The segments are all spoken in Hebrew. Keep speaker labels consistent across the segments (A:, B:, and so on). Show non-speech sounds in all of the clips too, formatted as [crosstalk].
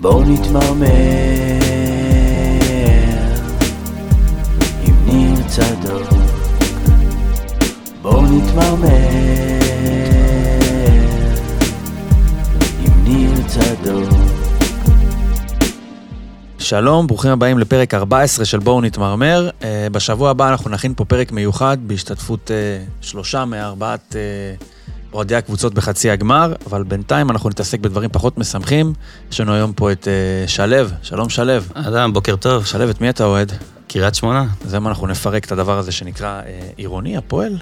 A: בואו נתמרמר עם ניר צדוק בואו נתמרמר עם ניר צדוק
B: שלום, ברוכים הבאים לפרק 14 של בואו נתמרמר. אה, בשבוע הבא אנחנו נכין פה פרק מיוחד בהשתתפות אה, שלושה מארבעת אה, אוהדי הקבוצות בחצי הגמר, אבל בינתיים אנחנו נתעסק בדברים פחות משמחים. יש לנו היום פה את אה, שלו, שלום שלו.
C: אדם, בוקר טוב,
B: שלו, את מי אתה אוהד?
C: קריית שמונה,
B: אז היום אנחנו נפרק את הדבר הזה שנקרא אה, עירוני, הפועל?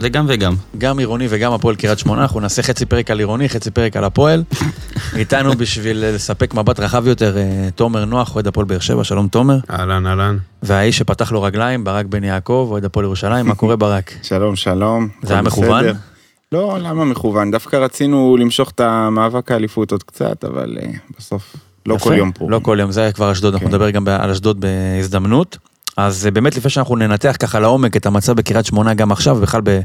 C: זה גם וגם.
B: גם עירוני וגם הפועל קריית שמונה, אנחנו נעשה חצי פרק על עירוני, חצי פרק על הפועל. איתנו בשביל אה, לספק מבט רחב יותר, אה, תומר נוח, אוהד הפועל באר שבע, שלום תומר.
D: אהלן, אהלן.
B: והאיש שפתח לו רגליים, ברק בן יעקב, אוהד הפועל ירושלים, מה קורה
D: [laughs]
B: ברק?
D: שלום, שלום.
B: זה
D: הכל
B: היה מכוון?
D: בסדר? לא, למה מכוון? דווקא רצינו למשוך את המאבק האליפות עוד קצת, אבל אה, בסוף לא
B: יפה?
D: כל יום פה.
B: לא כל יום, זה היה כבר אשדוד, אנחנו
D: כן.
B: נדבר גם על אשדוד בהזדמנות. אז אה, באמת לפני שאנחנו ננתח ככה לעומק את המצב בקריית שמונה גם עכשיו, ובכלל ב-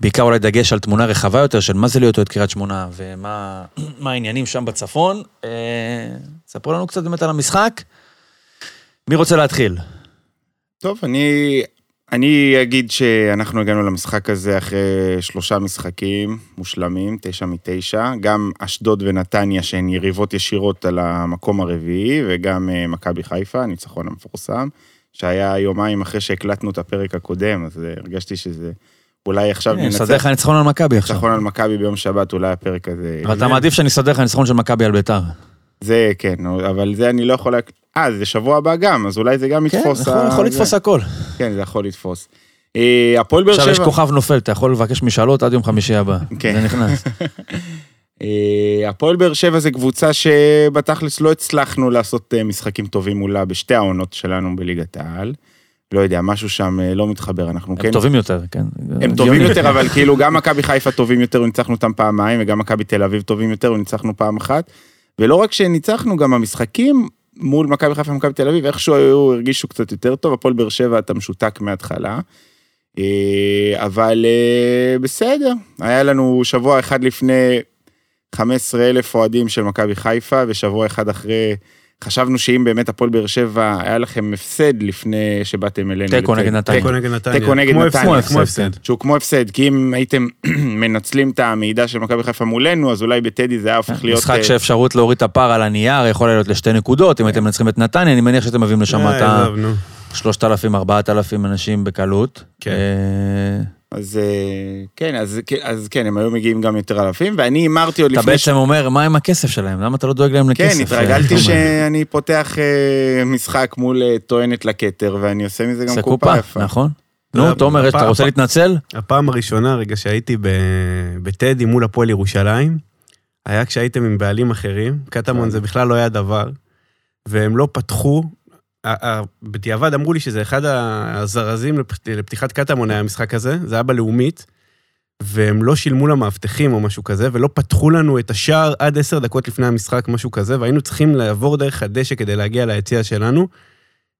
B: בעיקר אולי דגש על תמונה רחבה יותר של מה זה להיות אוהד קריית שמונה ומה [clears throat] מה העניינים שם בצפון, אה, ספרו לנו קצת באמת על המשחק. מי רוצה להתחיל?
D: טוב, אני, אני אגיד שאנחנו הגענו למשחק הזה אחרי שלושה משחקים מושלמים, תשע מתשע, גם אשדוד ונתניה שהן יריבות ישירות על המקום הרביעי, וגם אה, מכבי חיפה, הניצחון המפורסם, שהיה יומיים אחרי שהקלטנו את הפרק הקודם, אז אה, הרגשתי שזה... אולי עכשיו
B: הנה, נסדר לך ניצחון על מכבי עכשיו.
D: ניצחון על מכבי ביום שבת, אולי הפרק הזה...
B: אבל אתה מעדיף שאני אסדר לך ניצחון של מכבי על ביתר.
D: זה כן, אבל זה אני לא יכול... להק- אה, זה שבוע הבא גם, אז אולי זה גם
B: כן,
D: יתפוס.
B: יכול-
D: ה-
B: יכול
D: זה.
B: לתפוס הכל.
D: כן, זה יכול לתפוס. אה, הפועל באר
B: עכשיו יש
D: שבע...
B: כוכב נופל, אתה יכול לבקש משאלות עד יום חמישי הבא.
D: כן.
B: זה
D: [laughs]
B: נכנס.
D: אה, הפועל באר שבע זה קבוצה שבתכלס לא הצלחנו לעשות אה, משחקים טובים מולה בשתי העונות שלנו בליגת העל. לא יודע, משהו שם אה, לא מתחבר, אנחנו כן...
B: הם טובים יותר, כן.
D: הם טובים יותר, אבל כאילו גם מכבי חיפה טובים יותר, וניצחנו אותם פעמיים, וגם מכבי תל אביב טובים יותר, וניצחנו פעם אחת. ולא רק שניצחנו, גם המשחקים מול מכבי חיפה ומכבי תל אביב, איכשהו היו, הרגישו קצת יותר טוב, הפועל באר שבע אתה משותק מההתחלה. אה, אבל אה, בסדר, היה לנו שבוע אחד לפני 15 אלף אוהדים של מכבי חיפה, ושבוע אחד אחרי... חשבנו שאם באמת הפועל באר שבע, היה לכם הפסד לפני שבאתם אלינו.
B: תיקו
D: לצ-
B: נגד נתניה.
E: תיקו נגד נתניה.
D: תיקו נגד
E: כמו
D: נתניה.
E: הפסד,
B: הפסד,
E: כמו הפסד.
D: שהוא כמו הפסד, כי אם הייתם [clears throat] מנצלים את המידע של מכבי חיפה מולנו, אז אולי בטדי זה היה הופך להיות...
B: כן, משחק
D: אה,
B: שאפשרות להוריד את הפער על הנייר יכול להיות לשתי נקודות, אם הייתם מנצחים את נתניה, אני מניח שאתם מביאים לשם
E: אה,
B: את
E: עזוב, נו.
B: ה-3,000-4,000 אנשים בקלות.
E: כן.
B: אה,
D: אז אה, כן, אז כן- אז כן, הם היו מגיעים גם יותר אלפים, ואני הימרתי עוד
B: אתה
D: לפני... ש-
B: בעצם אומר, מה עם הכסף שלהם? למה אתה לא דואג להם
D: כן,
B: לכסף?
D: התרגלתי
B: אה,
D: שאני פותח אה, משחק מול אה, טוענת לכתר, ואני עושה מזה
B: זה
D: גם
B: קופה,
D: קופה יפה.
B: נכון?
E: לא,
B: נו, תומר, אתה
E: הפעם-
B: רוצה להתנצל?
E: הפעם הראשונה, רגע שהייתי ב- בטדי מול הפועל ירושלים, היה כשהייתם עם בעלים אחרים, קטמון זה בכלל לא היה דבר, והם לא פתחו. ה- ה- בדיעבד אמרו לי שזה אחד הזרזים לפ- לפתיחת קטמון היה המשחק הזה, זה היה בלאומית, והם לא שילמו למאבטחים או משהו כזה, ולא פתחו לנו את השער עד עשר דקות לפני המשחק, משהו כזה, והיינו צריכים לעבור דרך הדשא כדי להגיע ליציע שלנו.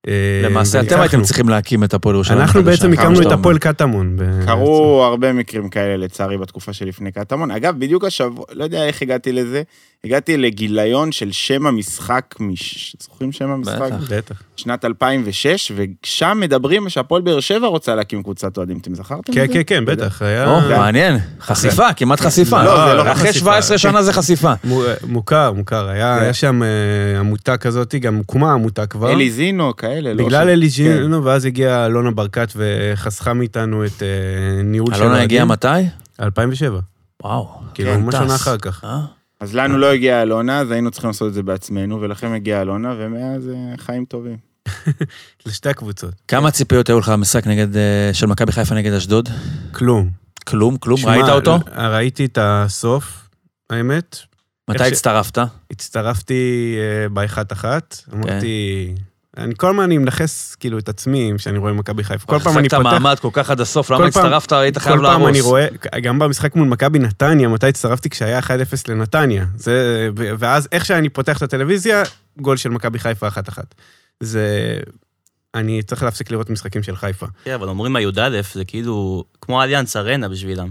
E: אה,
B: למעשה, אתם
E: וניצחנו.
B: הייתם צריכים להקים את הפועל ירושלים.
E: אנחנו
B: החדשה,
E: בעצם
B: כמו
E: הקמנו
B: שאתה
E: את
B: אומר.
E: הפועל קטמון. ב-
D: קרו הרבה מקרים כאלה, לצערי, בתקופה שלפני קטמון. אגב, בדיוק השבוע, לא יודע איך הגעתי לזה, הגעתי לגיליון של שם המשחק, מש- זוכרים שם המשחק?
B: בטח.
E: בטח.
D: שנת 2006, ושם מדברים שהפועל באר שבע רוצה להקים קבוצת אוהדים, אתם זכרתם
E: כן,
D: את זה?
E: כן, כן, בטח. היה
B: או, מעניין, חשיפה, כמעט חשיפה.
D: לא, זה לא
B: אחרי
E: חשיפה. כן.
B: 17 שנה זה חשיפה.
E: מו- מוכר, מוכר. היה
D: כן.
E: היה שם אה, עמותה כזאת, גם הוקמה עמותה כבר.
D: אלי זינו, כאלה, לא?
E: בגלל אלי
D: כן.
E: ג'ינו, ואז הגיעה אלונה ברקת וחסכה מאיתנו את אה, ניהול של...
B: אלונה הגיעה
E: האוהדים.
B: מתי?
E: 2007.
B: וואו.
E: כאילו,
D: כן,
E: ממש
B: טס.
E: שנה אחר כך.
B: אה?
D: אז לנו לא הגיעה אלונה, אז היינו צריכים לעשות את זה בעצמנו, ולכם הגיעה אלונה, ומאז אה, חיים טובים.
E: לשתי הקבוצות.
B: כמה ציפיות היו לך במשחק נגד, אה, של מכבי חיפה נגד אשדוד?
E: כלום.
B: כלום, כלום.
E: שמע,
B: ראית אותו?
E: אה, ראיתי את הסוף, האמת.
B: מתי
E: איך ש-
B: הצטרפת?
E: הצטרפתי אה, באחת אחת, אמרתי... אני כל הזמן אני מנכס כאילו את עצמי כשאני רואה מכבי חיפה. כל פעם אני
B: החזקת
E: פותח...
B: מעמד כל כך עד הסוף,
E: כל
B: למה
E: פעם-
B: הצטרפת? היית חייב
E: כל
B: להרוס.
E: פעם אני רואה, גם במשחק מול מכבי נתניה, מתי הצטרפתי כשהיה 1-0 לנתניה. זה, ו- ואז איך שאני פותח את הטלוויזיה, גול של מכבי חיפה 1-1. זה... אני צריך להפסיק לראות משחקים של חיפה.
C: כן, אבל אומרים הי"א, זה כאילו כמו אליאנס ארנה בשבילם.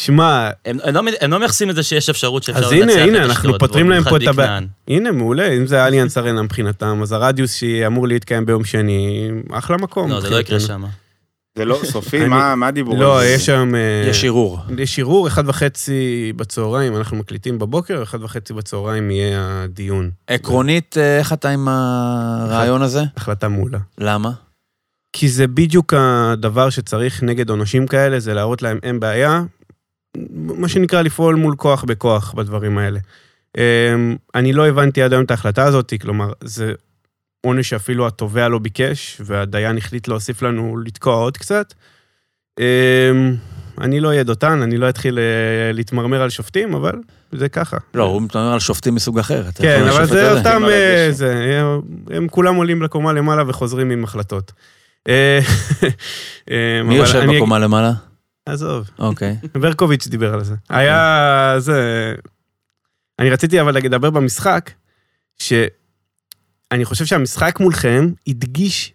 E: שמע,
C: הם הם לא מ- הם לא מייחסים את זה שיש אפשרות שאפשר
E: אז
C: לנצח את
E: הנה,
C: אשדוד.
E: הנה, אנחנו פותרים להם פה את
C: במיוחד
E: הבעיה.
C: ביקנען.
E: הנה, מעולה, אם זה אליאנס ארנה מבחינתם, אז הרדיוס שאמור להתקיים ביום שני, אחלה מקום.
C: לא, זה לא יקרה
E: מבחינתנו.
C: שם.
D: זה לא, סופי,
E: אני-
D: מה מה הדיבור?
E: לא,
D: הזה?
E: יש שם... אה,
B: יש ערעור.
E: יש ערעור, אחד וחצי בצהריים, אנחנו מקליטים בבוקר, אחד וחצי בצהריים יהיה הדיון.
B: עקרונית, אה, איך אתה עם הרעיון הזה?
E: החלטה מעולה.
B: למה?
E: כי זה בדיוק הדבר שצריך נגד עונשים כאלה, זה להראות להם אין בעיה, מה שנקרא לפעול מול כוח בכוח בדברים האלה. אמ, אני לא הבנתי עד היום את ההחלטה הזאת, כלומר, זה עונש שאפילו התובע לא ביקש, והדיין החליט להוסיף לנו לתקוע עוד קצת. אמ, אני לא אהיה דותן, אני לא אתחיל אה, להתמרמר על שופטים, אבל זה ככה.
B: לא, הוא מתאמר על שופטים מסוג אחר. אתה
E: כן,
B: יכול
E: אבל
B: לשופט
E: זה
B: הזה.
E: אותם,
D: הם על
E: אה,
D: הדשא.
E: זה, הם- הם כולם עולים לקומה למעלה וחוזרים עם החלטות. אה, [laughs] אה,
B: מי
E: אבל
B: יושב
E: אני-
B: בקומה למעלה?
E: עזוב,
B: אוקיי.
E: ברקוביץ' דיבר על זה.
D: אוקיי.
E: היה זה... אני רציתי אבל לדבר במשחק, שאני חושב שהמשחק מולכם הדגיש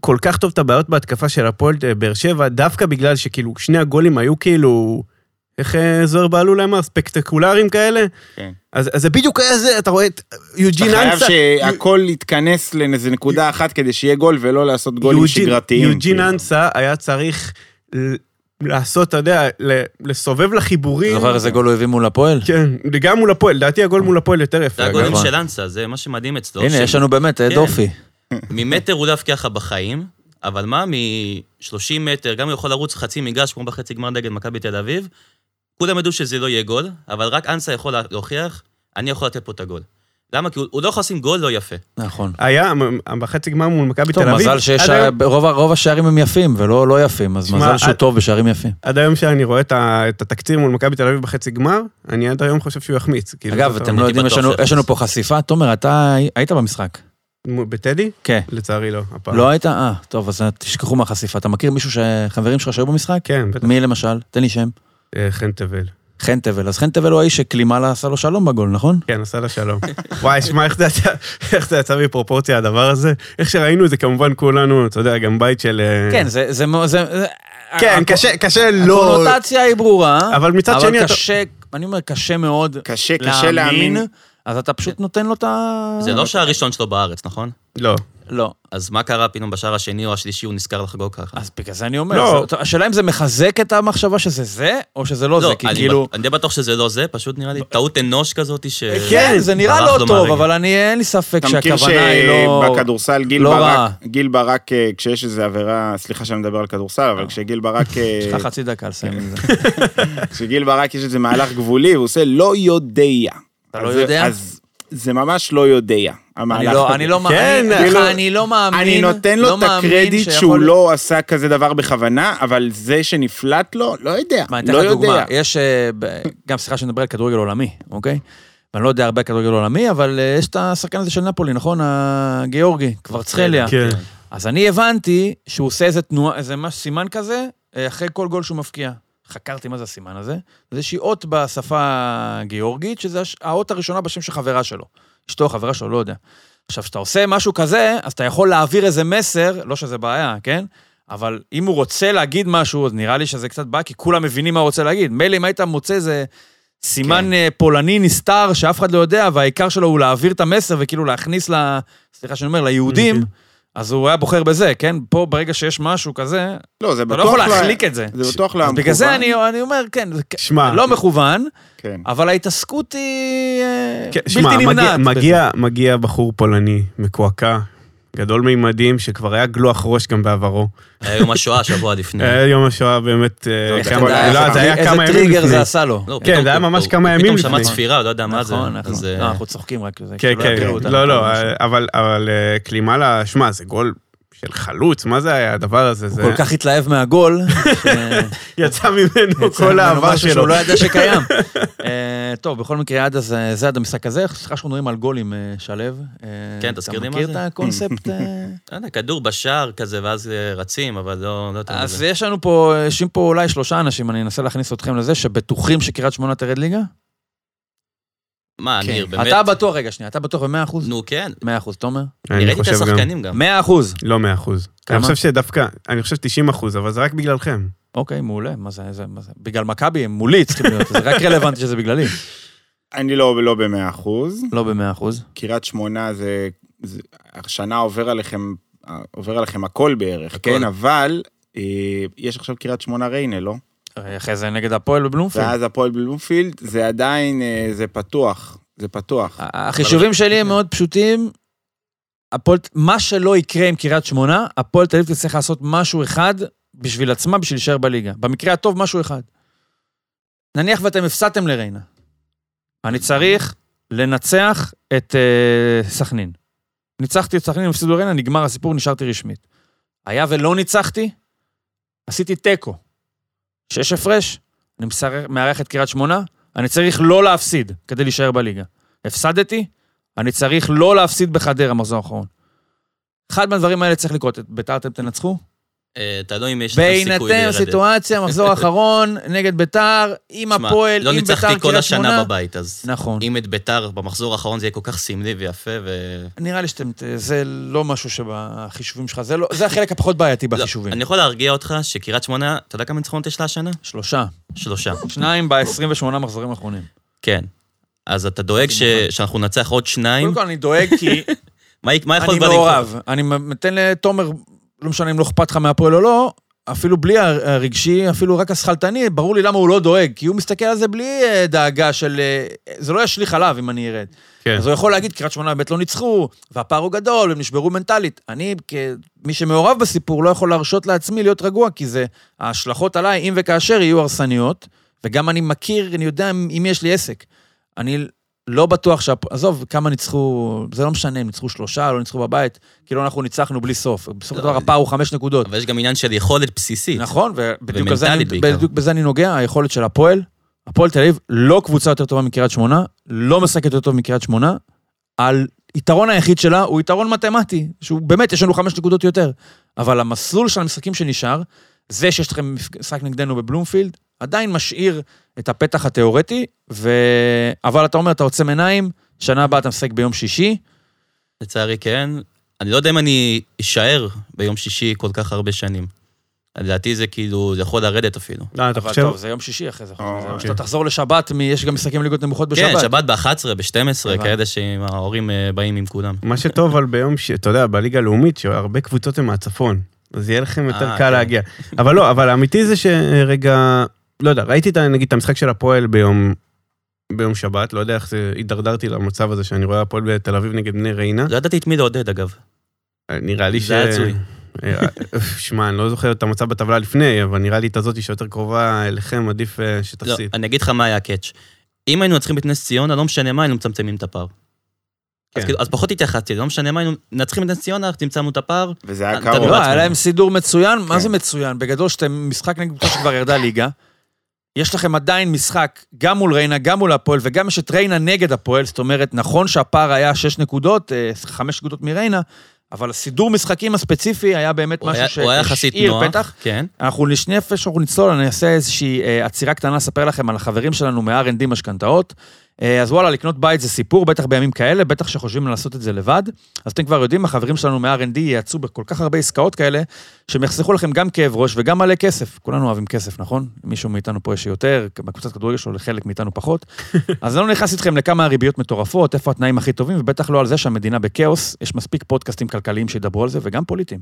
E: כל כך טוב את הבעיות בהתקפה של הפועל אה, באר שבע, דווקא בגלל שכאילו שני הגולים היו כאילו, איך אה, זוהר בהלול אמר? ספקטקולריים כאלה?
D: כן.
E: אז, אז זה בדיוק היה זה, אתה רואה את
D: אתה
E: יוג'ין
D: חייב
E: אנסה.
D: שהכל יתכנס לאיזה נקודה אחת כדי שיהיה גול ולא לעשות גולים
E: יוג'ין-
D: שגרתיים.
E: יוג'ין
D: כאילו.
E: אנסה היה צריך ל- לעשות, אתה יודע, ל- לסובב
B: אתה
E: לחיבורים.
B: זוכר
E: [laughs]
B: איזה גול הוא הביא מול הפועל?
E: כן, גם מול הפועל, לדעתי הגול מול הפועל יותר יפה.
C: זה
E: אגב.
C: הגולים
B: נכון.
C: של אנסה, זה מה שמדהים אצלו.
B: הנה,
C: ש-
B: יש לנו באמת אה, עד
C: כן.
B: אופי.
C: ממטר הוא דווקא ככה בחיים, אבל מה, מ-30 מטר, גם הוא יכול לרוץ חצי מגרש כמו בחצי גמר נגד מכבי תל אביב, כולם ידעו שזה לא יהיה גול, אבל רק אנסה יכול להוכיח, אני יכול לתת פה את הגול. למה? כי הוא, הוא לא יכול לשים גול לא יפה.
B: נכון.
E: היה מ- בחצי גמר מול מכבי תל
B: טוב,
E: אביב.
B: מזל שיש...
E: עד היום-
B: רוב ה- רוב השערים הם יפים ולא לא יפים, אז
E: שמע,
B: מזל שהוא
E: עד-
B: טוב בשערים יפים.
E: עד היום שאני רואה את ה- את התקציר מול מכבי תל אביב בחצי גמר, אני עד היום חושב שהוא יחמיץ. כאילו,
B: אגב,
E: אתה-
B: אתם לא יודעים,
C: בטוח
B: יש לנו-
C: שיחמיץ.
B: יש לנו פה חשיפה. תומר, אתה הי- היית במשחק.
E: מ- בטדי?
B: כן.
E: לצערי לא, הפעם.
B: לא היית? אה, טוב, אז תשכחו מהחשיפה. אתה מכיר מישהו, ש- חברים שלך שהיו במשחק?
E: כן, בטח.
B: מי למשל? תן לי שם.
E: אה, חן תבל.
B: חן תבל. אז חן תבל הוא האיש שקלימלה עשה לו שלום בגול, נכון?
E: כן, עשה לה שלום. [laughs] וואי, שמע, איך זה יצא- איך זה יצא מפרופורציה הדבר הזה? איך שראינו את זה, כמובן כולנו, אתה יודע, גם בית של... אה,
B: כן, זה... אה, זה מאוד- זה- זה-
E: כן,
B: הקו-
E: קשה, קשה לא...
B: הקונוטציה היא ברורה.
E: אבל מצד שני
B: אבל
E: אתה-
B: קשה, אני אומר, קשה מאוד
D: קשה, קשה להאמין.
B: אז אתה פשוט נותן לו את ה...
C: זה לא
B: אוקיי.
C: שער ראשון שלו בארץ, נכון?
E: לא.
B: לא.
C: אז מה קרה פתאום בשער השני או השלישי הוא נזכר לחגוג ככה?
B: אז בגלל זה אני אומר,
E: לא.
B: זה- השאלה אם זה מחזק את המחשבה שזה זה, או שזה לא, זה, כי
C: אני
B: כאילו...
C: בט- אני די בטוח שזה לא זה, פשוט נראה לי טעות אנוש כזאת ש...
B: כן, זה נראה
C: ברח
B: לא
C: לו
B: טוב,
C: מהרגל.
B: אבל אני, אין לי ספק
D: אתה מכיר
B: שהכוונה היא לא...
D: שבכדורסל גיל
B: לא רע.
D: ברק, גיל ברק, אה, כשיש איזו עבירה, סליחה שאני מדבר על כדורסל, אבל כשגיל
E: [laughs]
D: ברק, אה,
B: יש לך חצי דקה לסיים
D: [laughs]
B: עם זה.
D: כשגיל ברק יש איזה מהלך גבולי, הוא עושה לא יודע.
B: אתה לא
D: אז זה-
B: יודע?
D: אז זה ממש לא יודע,
B: אני
D: המהלך
B: לא-
D: הזה.
B: אני לא מאמין,
E: כן,
B: אני-
D: כאילו,
B: אני לא מאמין,
D: אני נותן לו
B: לא
D: את
B: מאמין
D: הקרדיט
B: שיכול-
D: שהוא לא עשה כזה דבר בכוונה, אבל זה שנפלט לו, לא יודע,
B: מה, אני
D: לא
B: אתן לך דוגמה,
D: יודע.
B: יש, אה, ב- גם סליחה שנדבר על כדורגל עולמי, אוקיי? ואני לא יודע הרבה על כדורגל עולמי, אבל אה, יש את השחקן הזה של נפולי, נכון? הגיאורגי, קוורצחליה.
E: כן.
B: אז אני הבנתי שהוא עושה איזה תנועה, איזה מה, סימן כזה, אה, אחרי כל גול שהוא מפקיע. חקרתי מה זה הסימן הזה. זה איזושהי אות בשפה הגיאורגית, שזה הש- האות הראשונה בשם של חברה שלו. אשתו, חברה שלו, לא יודע. עכשיו, כשאתה עושה משהו כזה, אז אתה יכול להעביר איזה מסר, לא שזה בעיה, כן? אבל אם הוא רוצה להגיד משהו, אז נראה לי שזה קצת בעיה, כי כולם מבינים מה הוא רוצה להגיד. מילא אם היית מוצא איזה סימן
D: כן.
B: אה, פולני נסתר שאף אחד לא יודע, והעיקר שלו הוא להעביר את המסר וכאילו להכניס ל... סליחה שאני אומר, ליהודים, אז הוא היה בוחר בזה, כן? פה ברגע שיש משהו כזה,
D: לא, זה
B: אתה
D: בטוח
B: לא יכול
D: לא-
B: להחליק את זה.
D: זה בטוח לא
B: אז בגלל זה
D: המכוון.
B: אני אני אומר, כן, זה כ-
E: שמע,
B: לא מכוון,
D: כן.
B: אבל ההתעסקות היא אה,
E: כן, שמע,
B: בלתי
E: מגיע-
B: נמנעת.
E: מגיע- מגיע בחור פולני, מקועקע, גדול מימדים, שכבר היה גלוח ראש גם בעברו.
C: היה יום השואה שבוע
B: כן.
C: לפני.
B: אה,
E: היה יום השואה באמת... אה,
D: לא, אתה
E: כמה-
D: יכול-
E: לא, זה היה
B: איזה
E: כמה ימים
B: טריגר זה
E: לפני.
B: עשה לו.
C: לא,
E: כן,
C: פתאום
E: זה היה
C: הוא-
E: ממש
C: הוא-
E: כמה ימים
C: פתאום
E: לפני.
C: שמע צפירה, הוא לא יודע מה זה.
B: נכון, אנחנו-
C: אז, אה,
B: לא, אנחנו צוחקים רק זה.
E: כן,
B: שלא
E: כן,
B: יכירו אותנו. אה,
E: לא, לא, אבל, אבל אה, קלימלה, שמע, זה גול של חלוץ, מה זה היה הדבר הזה? זה
B: הוא כל כך התלהב
E: [laughs]
B: מהגול,
E: יצא ממנו כל העבר
B: משהו
E: שלו.
B: שהוא לא ידע
E: [laughs]
B: שקיים. אה, טוב, בכל מקרה, עד אז, אה, זה עד המשחק הזה. סליחה שאנחנו מדברים על גולים, אה, שלו. אה,
C: כן, תזכיר לי מה
B: אתה
C: זה.
B: מכיר את
E: [laughs]
B: הקונספט? אה?
C: לא יודע, כדור בשער כזה, ואז אה, רצים, אבל לא... לא יותר
B: אז
C: מזה.
B: יש לנו פה, יושבים פה אולי שלושה אנשים, אני אנסה להכניס אתכם לזה, שבטוחים שקריית שמונה תרד ליגה?
C: מה, ניר, באמת?
B: כן. אתה בטוח, רגע, שנייה, אתה בטוח ב-100 אחוז?
C: נו, כן.
B: 100 אחוז, תומר?
E: אני
C: ראיתי את
E: חושב גם,
C: השחקנים גם.
B: 100 אחוז.
E: לא מאה אחוז.
B: כמה?
E: אני חושב שדווקא, אני חושב 90 אחוז, אבל זה רק בגללכם.
B: אוקיי, מעולה, מה זה, זה, מה זה? בגלל מכבי הם מולי צריכים להיות, זה רק רלוונטי שזה בגללי.
D: אני לא, לא במאה אחוז.
B: [laughs] לא במאה אחוז.
D: קריית שמונה זה, זה... השנה עובר עליכם, עובר עליכם הכל בערך,
C: הכל.
D: הכל. כן? אבל אה, יש עכשיו קריית שמונה ריינה, לא?
B: אחרי זה נגד הפועל בבלומפילד.
D: ואז הפועל בלומפילד, זה עדיין, אה, זה פתוח. זה פתוח.
B: החישובים שלי הם מאוד פשוטים. הפועל, מה שלא יקרה עם קריית שמונה, הפועל תל אביב תצטרך לעשות משהו אחד בשביל עצמה, בשביל להישאר בליגה. במקרה הטוב, משהו אחד. נניח ואתם הפסדתם לריינה. אני צריך לנצח את אה, סכנין. ניצחתי את סכנין, הם הפסידו לריינה, נגמר הסיפור, נשארתי רשמית. היה ולא ניצחתי, עשיתי תיקו. שש הפרש, אני מסר- מארח את קריית שמונה, אני צריך לא להפסיד כדי להישאר בליגה. הפסדתי, אני צריך לא להפסיד בחדרה מחזור האחרון. אחד מהדברים האלה צריך לקרות. את ביתר אתם תנצחו?
C: אה, תלוי אם יש לך סיכוי
B: בהינתן סיטואציה, מחזור האחרון,
C: [laughs]
B: נגד ביתר, עם
C: תשמע,
B: הפועל,
C: לא
B: עם ביתר,
C: ניצחתי כל
B: קריית
C: השנה
B: שמונה.
C: בבית, אז
B: נכון.
C: אם את ביתר במחזור האחרון זה יהיה כל כך סמלי ויפה, ו...
B: נראה לי שאתם, זה לא משהו שבחישובים שלך, זה לא- זה החלק הפחות בעייתי
C: לא,
B: בחישובים.
C: אני יכול להרגיע אותך שקריית שמונה, אתה יודע כמה ניצחונות יש לה השנה?
B: שלושה.
C: שלושה.
B: שניים ב-28 מחזורים האחרונים.
C: כן. אז אתה דואג ש... שאנחנו ננצח עוד שניים?
B: קודם נכון. כל אני דואג כי
C: מה, מה יכול
B: אני
C: כבר לקרות?
B: מעורב. אני נותן לתומר, לא משנה אם לא אכפת לך מהפועל או לא, אפילו בלי הר- הרגשי, אפילו רק השכלתני, ברור לי למה הוא לא דואג, כי הוא מסתכל על זה בלי אה, דאגה של... אה, זה לא ישליך עליו אם אני ארד.
E: כן.
B: אז הוא יכול להגיד, קריית שמונה באמת לא ניצחו, והפער הוא גדול, הם נשברו מנטלית. אני, כמי שמעורב בסיפור, לא יכול להרשות לעצמי להיות רגוע, כי זה, ההשלכות עליי, אם וכאשר, יהיו הרסניות, וגם אני מכיר, אני יודע עם עם מי יש לי עסק. אני לא בטוח שה... עזוב, כמה ניצחו, זה לא משנה אם ניצחו שלושה, לא ניצחו בבית, כאילו אנחנו ניצחנו בלי סוף. בסופו של דבר הפער הוא חמש נקודות.
C: אבל יש גם עניין של יכולת בסיסית.
B: נכון, ובדיוק בזה אני-
C: ומנטלית בעיקר.
B: בדיוק בזה אני נוגע, היכולת של הפועל. הפועל תל אביב לא קבוצה יותר טובה מקריית שמונה, לא משחקת יותר טוב מקריית שמונה. על יתרון היחיד שלה הוא יתרון מתמטי, שהוא באמת, יש לנו חמש נקודות יותר. אבל המסלול של המשחקים שנשאר, זה שיש לכם משחק נגדנו בבלומפילד, עדיין משאיר את הפתח התיאורטי, ו... אבל אתה אומר, אתה עוצם עיניים, שנה הבאה אתה משחק ביום שישי,
C: לצערי כן. אני לא יודע אם אני אשאר ביום שישי כל כך הרבה שנים. לדעתי זה כאילו, זה יכול לרדת אפילו.
E: לא, אתה
B: אבל
E: חושב...
B: טוב, זה יום שישי אחרי זה.
D: אה,
B: זה-
D: אוקיי.
B: שאתה תחזור לשבת, מ- יש גם משחקים ליגות נמוכות בשבת.
C: כן, שבת ב-11, ב-12,
B: הבנתי.
C: כאלה שעם ההורים אה, באים עם כולם.
E: מה שטוב על ביום ש... אתה יודע, בליגה הלאומית, שהרבה קבוצות הן מהצפון, אז יהיה לכם יותר
C: אה,
E: קל
C: כן.
E: להגיע. אבל לא, אבל האמיתי זה שרגע, לא יודע, ראיתי את ה- נגיד את המשחק של הפועל ביום... ביום שבת, לא יודע איך זה, הידרדרתי למצב הזה שאני רואה הפועל בתל אביב נגד בני ריינה.
C: לא ידעתי את מי לעודד, אגב.
E: נראה לי ש...
C: זה היה הזוי.
E: אה, שמע, אני לא זוכר את המצב בטבלה לפני, אבל נראה לי את הזאתי שיותר קרובה אליכם, עדיף אה,
C: לא,
E: שתפסיד.
C: אני אגיד לך מה היה הקאץ'. אם היינו מנצחים את נס ציונה, לא משנה מה, היינו מצמצמים את הפער. אז
E: כן.
C: כאילו- אז פחות התייחסתי, לא משנה מה, היינו מנצחים את נס ציונה, צמצמנו את הפער.
D: וזה היה
C: אתה
D: קרוב.
B: לא,
C: בעצמנו.
B: היה להם סידור מצוין, מה
D: כן.
B: זה מצוין? בגדול שאתם משחק נגד קבוצה שכבר ירדה ליגה, יש לכם עדיין משחק גם מול ריינה, גם מול הפועל, וגם יש את ריינה נגד הפועל, זאת אומרת, נכון שהפער היה 6 נקודות, 5 נקודות מריינה, אבל הסידור משחקים הספציפי היה באמת
C: הוא היה-
B: משהו
C: הוא היה יחסית נוח.
B: פתח.
C: כן.
B: אנחנו לפני איפה שאנחנו נצלול, אני אעשה איזושהי אה, עצירה קטנה לספר לכם על החברים שלנו מ-R&D משכנתאות. אה, אז וואלה, לקנות בית זה סיפור, בטח בימים כאלה, בטח שחושבים לעשות את זה לבד. אז אתם כבר יודעים, החברים שלנו מ-R&D ייעצו בכל כך הרבה עסקאות כאלה, שהם יחסכו לכם גם כאב ראש וגם מלא כסף. כולנו אוהבים כסף, נכון? מישהו מאיתנו פה יש יותר, בקבוצת כדורגל שלו לחלק מאיתנו פחות. אז אני לא נכנס איתכם לכמה הריביות מטורפות, איפה התנאים הכי טובים, ובטח לא על זה שהמדינה בכאוס, יש מספיק פודקאסטים כלכליים שידברו על זה, וגם פוליטיים.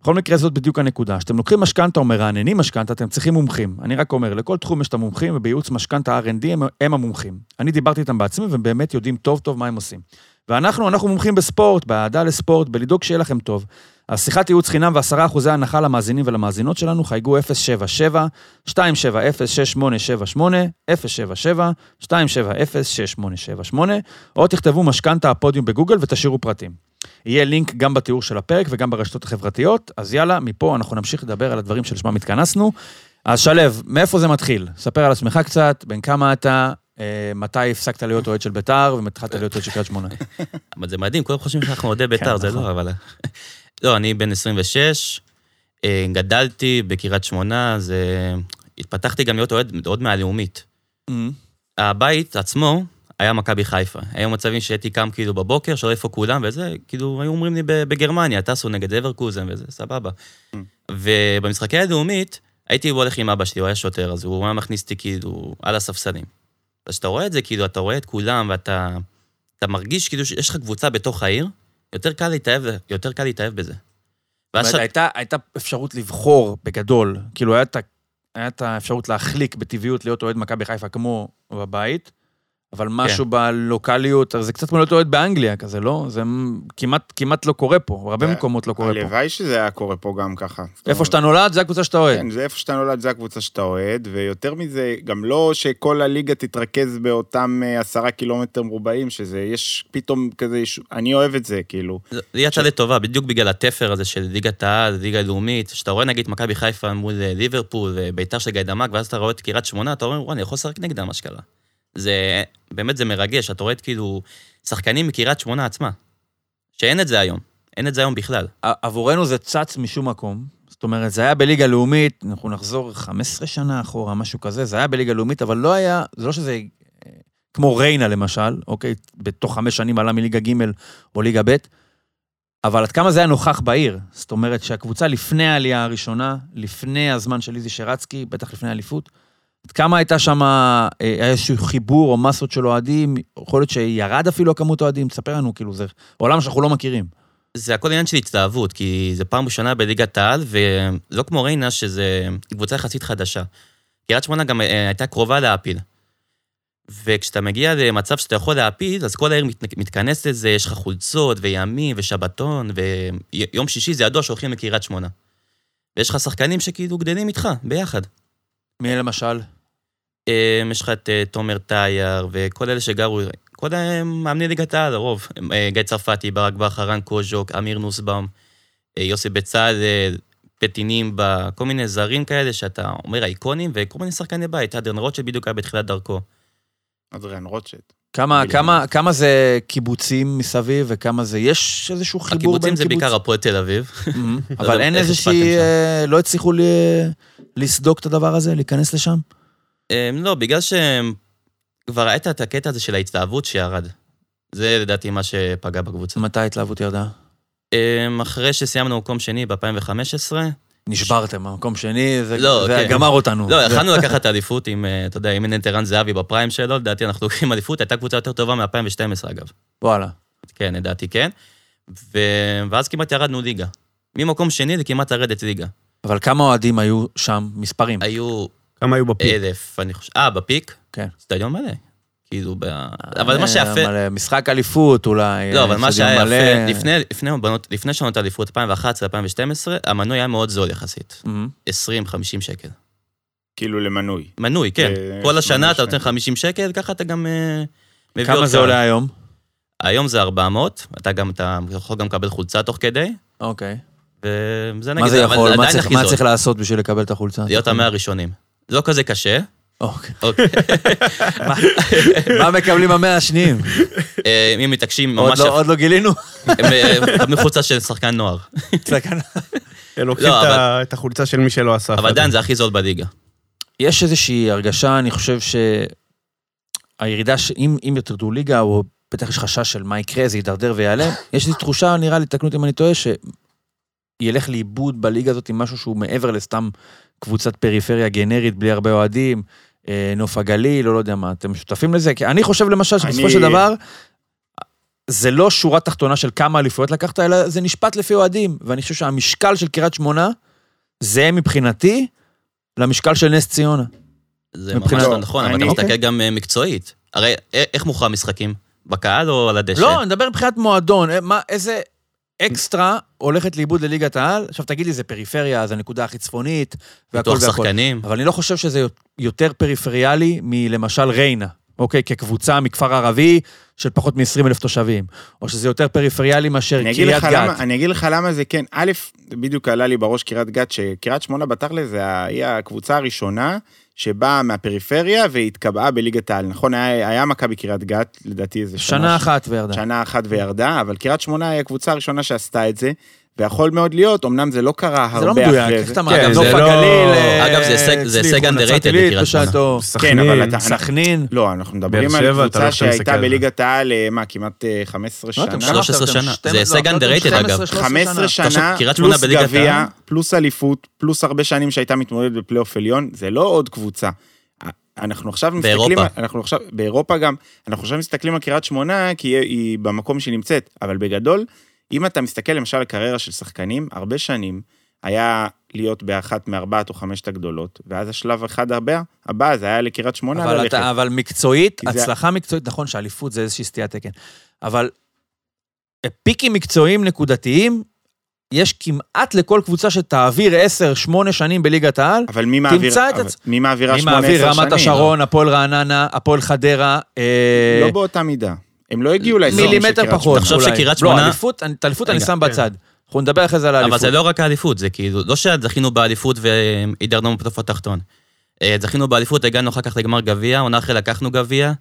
B: בכל מקרה, זאת בדיוק הנקודה. כשאתם לוקחים משכנתה או מרעננים משכנתה, אתם צריכים מומחים. אני רק אומר, לכל תחום יש את המומחים, ובייעוץ משכנתה R&D הם, הם המומחים. אני דיברתי איתם בעצמי, והם באמת יודעים טוב טוב מה הם עושים. ואנחנו, אנחנו מומחים בספורט, באהדה לספורט, בלדאוג שיהיה לכם טוב. אז שיחת ייעוץ חינם ועשרה אחוזי הנחה למאזינים ולמאזינות שלנו חייגו 077-270-6878, 077-270-6878, או תכתבו משכנתה הפודיום בגוגל ותשאירו פרטים. יהיה לינק גם בתיאור של הפרק וגם ברשתות החברתיות, אז יאללה, מפה אנחנו נמשיך לדבר על הדברים שלשמם התכנסנו. אז שלו, מאיפה זה מתחיל? ספר על עצמך קצת, בן כמה אתה, אה, מתי הפסקת להיות אוהד של בית"ר ומתחלת להיות אוהד של קריית
D: [laughs]
B: שמונה.
C: אבל זה מדהים, כולם חושבים שאנחנו אוהדי בית"ר, זה
B: נכון.
C: לא, אבל... [laughs] לא, אני בן 26, אה, גדלתי בקריית שמונה, זה... התפתחתי גם להיות אוהד עוד מהלאומית. הבית עצמו היה מכבי חיפה. היו מצבים שהייתי קם כאילו בבוקר, שואל איפה כולם וזה, כאילו היו אומרים לי "ב- בגרמניה, טסו נגד אברקוזן וזה, סבבה. ובמשחקי הלאומית הייתי הולך עם אבא שלי, הוא היה שוטר, אז הוא היה מכניס אותי כאילו על הספסלים. אז כשאתה רואה את זה, כאילו, אתה רואה את כולם, ואתה אתה מרגיש כאילו שיש לך קבוצה בתוך העיר, יותר קל להתאהב, יותר קל להתאהב בזה. ואז
B: זאת אומרת,
C: שאתה-
B: הייתה- הייתה אפשרות לבחור בגדול, כאילו היה את ה- היה את האפשרות להחליק בטבעיות להיות אוהד מכבי חיפה כמו בבית, אבל
D: כן.
B: משהו בלוקאליות, אז זה קצת כמו להיות אוהד באנגליה כזה, לא? זה מ- כמעט- כמעט לא קורה פה, הרבה
D: זה-
B: מקומות לא קורה פה.
D: הלוואי שזה היה קורה פה גם ככה. זאת
B: איפה
D: אומרת,
B: שאתה נולד, זה הקבוצה שאתה אוהד.
D: כן, זה איפה שאתה נולד, זה הקבוצה שאתה אוהד, ויותר מזה, גם לא שכל הליגה תתרכז באותם אה, עשרה קילומטר מרובעים, שזה, יש פתאום כזה, יש- אני אוהב את זה, כאילו.
C: זה זה יצא לטובה, בדיוק בגלל התפר הזה של ליגת העל, ליגה לאומית, שאתה רואה נגיד מכבי חיפה מול אה, ליברפול וביתר של גיידמק, ואז אתה רואה את קריית שמונה, אתה אומר, וואי, אני יכול לשחק נגדם, אשכרה. זה, באמת זה מרגש, אתה רואה את כאילו, שחקנים מקריית שמונה עצמה, שאין את זה היום, אין את זה היום בכלל.
B: ע- עבורנו זה צץ משום מקום. זאת אומרת, זה היה בליגה לאומית, אנחנו נחזור 15 שנה אחורה, משהו כזה, זה היה בליגה לאומית, אבל לא היה, זה לא שזה... אה, כמו ריינה למשל, אוקיי? בתוך חמש שנים עלה מליגה ג' או ליגה ב', אבל עד כמה זה היה נוכח בעיר? זאת אומרת שהקבוצה לפני העלייה הראשונה, לפני הזמן של איזי שרצקי, בטח לפני האליפות, עד כמה הייתה שם אה, היה איזשהו חיבור או מסות של אוהדים, יכול להיות שירד אפילו הכמות אוהדים, תספר לנו, כאילו, זה עולם שאנחנו לא מכירים.
C: זה הכל עניין של הצטאבות, כי זה פעם ראשונה בליגת העל, ולא כמו ריינה, שזה קבוצה יחסית חדשה. קריית שמונה גם אה, הייתה קרובה להעפיל. וכשאתה מגיע למצב שאתה יכול להעפיל, אז כל העיר מת, מתכנס לזה, יש לך חולצות, וימים, ושבתון, ויום שישי זה ידוע שהולכים לקריית שמונה. ויש לך שחקנים שכאילו גדלים איתך, ביחד.
B: מי למשל?
C: אה, יש לך את אה, תומר טייר, וכל אלה שגרו, כל הם מאמני ליגת העל, הרוב. הם, אה, גיא צרפתי, ברק בכר, רן קוז'וק, אמיר נוסבאום, אה, יוסי בצלאל, פטינים, ב- כל מיני זרים כאלה שאתה אומר האיקונים, וכל מיני שחקני בית. אדרן רוטשל בדיוק היה בתחילת דרכו.
D: אדריאן רוטשט.
B: כמה,
D: בלעדי.
B: כמה, כמה זה קיבוצים מסביב וכמה זה, יש איזשהו חיבור בין
C: הקיבוצים זה בעיקר
B: קיבוץ?
C: הפועל תל אביב.
B: [laughs] מ-
C: לא
B: אבל
C: יודע
B: אין
C: איך
B: איזושהי,
C: השפעתם
B: אה, לא הצליחו ל- לסדוק את הדבר הזה, להיכנס לשם?
C: אה, לא, בגלל שהם... כבר ראית את הקטע הזה של ההצטאבות שירד. זה לדעתי מה שפגע בקבוצה.
B: מתי ההתלהבות ירדה?
C: אה, אחרי שסיימנו מקום שני ב-2015,
B: נשברתם, המקום שני, זה,
C: לא,
B: זה
C: כן.
B: גמר אותנו.
C: לא,
B: זה-
C: יכלנו לקחת אליפות עם, אה, אתה יודע, אם אין את ערן זהבי בפריים שלו, לדעתי אנחנו לוקחים אליפות, הייתה קבוצה יותר טובה מ-2012 אגב.
B: וואלה.
C: כן, לדעתי כן. ו... ואז כמעט ירדנו ליגה. ממקום שני לכמעט לרדת ליגה.
B: אבל כמה אוהדים היו שם? מספרים.
C: היו
E: כמה היו בפיק?
C: אלף, אני חושב, אה, בפיק?
B: כן.
C: סטדיון מלא. כאילו, ב... אבל מה שיפה...
B: אה, מלא. משחק אליפות אולי.
C: לא,
B: אה,
C: אבל מה
B: סגל
C: שהיה
B: מלא.
C: יפה, לפני- לפני הבנות- לפני שנות האליפות, 2011, 2012, המנוי היה מאוד זול יחסית.
B: מ-
C: 20-50 שקל.
D: כאילו למנוי.
C: מנוי, כן.
D: אה,
C: כל השנה אתה
D: שמונה
C: נותן 50 שקל, ככה אתה גם אה, מביא
B: כמה זה
C: הוצאה.
B: עולה היום?
C: היום זה 400, אתה גם, אתה יכול גם לקבל חולצה תוך כדי,
B: אוקיי.
C: וזה נגיד,
B: מה זה
C: אבל
B: יכול? מה
C: עדיין
B: צריך-
C: הכי
B: מה
C: זול,
B: צריך לעשות בשביל לקבל את החולצה?
C: להיות המאה הראשונים. לא כזה קשה.
B: אוקיי. [laughs]
C: אוקיי.
B: מה מקבלים המאה השניים?
C: אה, אם מתעקשים
B: עוד
C: ממש,
B: לא- עוד לא גילינו? [laughs]
C: הם, אה, מקבלים חולצה של שחקן נוער.
B: סכנה.
E: לוקחים
C: לא,
E: את ה- את החולצה של מי שלא אסף.
C: אבל עדיין זה הכי זול בליגה.
B: יש איזושהי הרגשה, אני חושב שהירידה, ש... אם, אם יטרדו ליגה, או בטח יש חשש של מה יקרה, זה יידרדר ויעלם, יש לי תחושה, נראה לי, תקנו אותי אם אני טועה, שילך לאיבוד בליגה הזאת עם משהו שהוא מעבר לסתם קבוצת פריפריה גנרית, בלי הרבה אוהדים, אה, נוף הגליל, או לא יודע מה, אתם שותפים לזה? כי אני חושב למשל שבסופו
D: אני-
B: של דבר... זה לא שורה תחתונה של כמה אליפויות לקחת, אלא זה נשפט לפי אוהדים. ואני חושב שהמשקל של קריית שמונה, זה מבחינתי למשקל של נס ציונה.
C: זה ממש
B: מבחינת- אוקיי.
C: לא
D: לא,
C: נכון, אבל אתה
D: אני-
C: מסתכל גם אה, מקצועית. הרי אה, איך מוכרע משחקים? בקהל או על הדשא?
B: לא, אני מדבר מבחינת מועדון, אה, מה, איזה אקסטרה הולכת לאיבוד לליגת העל? עכשיו תגיד לי, זה פריפריה, זה הנקודה הכי צפונית, והכל
C: פיתוח
B: והכל.
C: שחקנים.
B: אבל אני לא חושב שזה יותר פריפריאלי מלמשל ריינה, אוקיי? כקבוצה מכפר ערבי של פחות מ-20 אלף תושבים. או שזה יותר פריפריאלי מאשר
D: אני אגיד
B: קריית
D: לך למה-
B: גת.
D: אני אגיד לך למה זה כן, א', בדיוק עלה לי בראש קריית גת, שקריית שמונה בתכל'ס זה ה- היא הקבוצה הראשונה שבאה מהפריפריה והתקבעה בליגת העל. נכון, היה היה מכבי קריית גת, לדעתי איזה
B: שנה אחת וירדה.
D: שנה אחת וירדה, אבל קריית שמונה היא הקבוצה הראשונה שעשתה את זה, ויכול מאוד להיות, אמנם זה לא קרה הרבה
B: זה לא
D: אחרי
B: מדויק, איך אתה
E: כן,
B: מאגב,
E: זה
B: נוף
E: לא-
B: הגליל, אה,
C: אגב, זה הישג- זה
B: הצליחו,
C: הישג underrated
B: נצרת עילית
C: בקריית שמונה.
B: בשעתו,
D: כן, אבל אתה-
B: סכנין.
D: לא, אנחנו מדברים
E: באר
D: על
E: שבע, אתה לא
D: קבוצה
E: יכול להסתכל
D: שהייתה
E: על זה.
D: בליגת העל, אה, מה, כמעט אה, 15
B: לא, אתם
D: שנה?
C: שלוש- 13
B: אמרתם,
C: שנה.
B: אתם
C: זה הישג
B: לא, אתם
C: underrated,
B: 12,
C: אגב.
B: 13
D: 15 שנה,
C: תחשוב, קריית שמונה
D: פלוס
C: בליגת
D: גביע,
C: העל.
D: פלוס אליפות, פלוס הרבה שנים שהייתה מתמודדת בפלייאוף עליון, זה לא עוד קבוצה. אה, אנחנו עכשיו מסתכלים,
C: באירופה.
D: אנחנו עכשיו, באירופה גם, אנחנו עכשיו מסתכלים על קריית שמונה, כי היא, היא במקום שהיא נמצאת, אבל בגדול, אם אתה מסתכל למשל על קריירה של שחקנים, הרבה שנים היה להיות באחת מארבעת או חמשת הגדולות, ואז השלב אחד הרבה, הבא, זה היה לקריית שמונה
B: אבל,
D: ללכת.
B: אתה, אבל מקצועית,
D: כי זה-
B: הצלחה מקצועית, נכון שאליפות זה איזושהי סטיית תקן, אבל פיקים מקצועיים נקודתיים, יש כמעט לכל קבוצה שתעביר 10-8 שנים בליגת העל,
D: אבל מי מעביר,
B: תמצא את
D: אבל
B: עצ-
D: מי מעביר
B: אני מעביר
D: 18 שנים?
B: רמת השרון, הפועל רעננה, הפועל חדרה, אה,
D: לא באותה מידה. הם לא הגיעו להישגים של קריית שמונה.
B: מילימטר פחות.
C: תחשוב
B: אולי.
C: שקריית
B: לא,
C: שמונה-
B: אליפות, אני- את האליפות אני
C: רגע,
B: שם
E: כן.
B: בצד. אנחנו נדבר אחרי זה על האליפות.
C: אבל זה לא רק האליפות, זה כאילו, לא שזכינו באליפות והידרנו בפלייאוף התחתון. אה, זכינו באליפות, הגענו אחר כך לגמר גביע, עונה אחרי לקחנו גביע,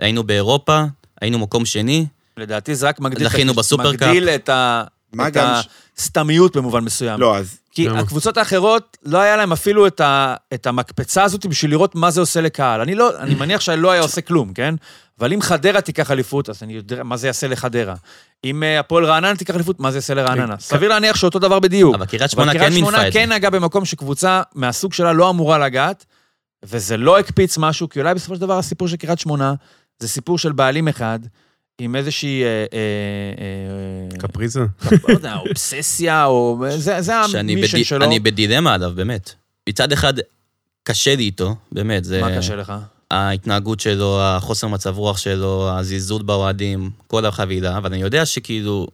C: היינו באירופה, היינו מקום שני,
B: לדעתי זה רק מגדיל,
C: זכינו
B: את-
C: בסופרקאפ.
B: מגדיל את, ה...
D: מה
B: את
D: גם ש-
B: הסתמיות במובן מסוים.
D: לא, אז
B: כי
E: למה?
B: הקבוצות האחרות, לא היה להם אפילו את, ה, את המקפצה הזאת בשביל לראות מה זה עושה לקהל. אני, לא, אני מניח שלא היה עושה כלום, כן? אבל אם חדרה תיקח אליפות, אז אני יודע מה זה יעשה לחדרה. אם אה, הפועל רעננה תיקח אליפות, מה זה יעשה לרעננה? סביר להניח שאותו דבר בדיוק.
C: כן. אבל קריית שמונה כן
B: קריית
C: מינפה
B: שמונה
C: את זה.
B: כן נגעה במקום שקבוצה מהסוג שלה לא אמורה לגעת, וזה לא הקפיץ משהו, כי אולי בסופו של דבר הסיפור של קריית שמונה זה סיפור של בעלים אחד, עם איזושהי... אה, אה, אה,
E: קפריזה?
B: לא יודע, אובססיה, או... זה, זה
C: שאני
B: המישן
C: בדי-
B: שלו.
C: אני בדילמה עליו, באמת. מצד אחד, קשה לי איתו, באמת, זה...
B: מה קשה לך?
C: ההתנהגות שלו, החוסר מצב רוח שלו, הזלזול באוהדים, כל החבילה, אבל אני יודע שכאילו,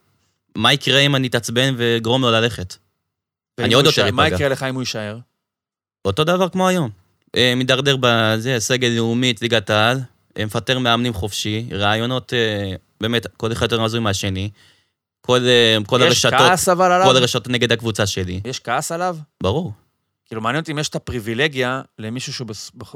C: מה יקרה אם אני אתעצבן ואגרום לו ללכת?
B: ואם
C: עוד
B: הוא
C: יותר
B: יישאר- מה
C: אפגע.
B: יקרה לך אם הוא יישאר?
C: אותו דבר כמו היום. אה, מידרדר בזה, סגל לאומית, ליגת העל, אה, מפטר מאמנים חופשי, רעיונות, אה, באמת, כל אחד יותר מזוי מהשני. כל, אה, כל
B: יש
C: הרשתות,
B: כעס אבל
C: כל
B: עליו?
C: הרשתות נגד הקבוצה שלי,
B: יש כעס עליו?
C: ברור.
B: כאילו, מעניין אותי אם יש את הפריבילגיה למישהו שהוא... בס- בח-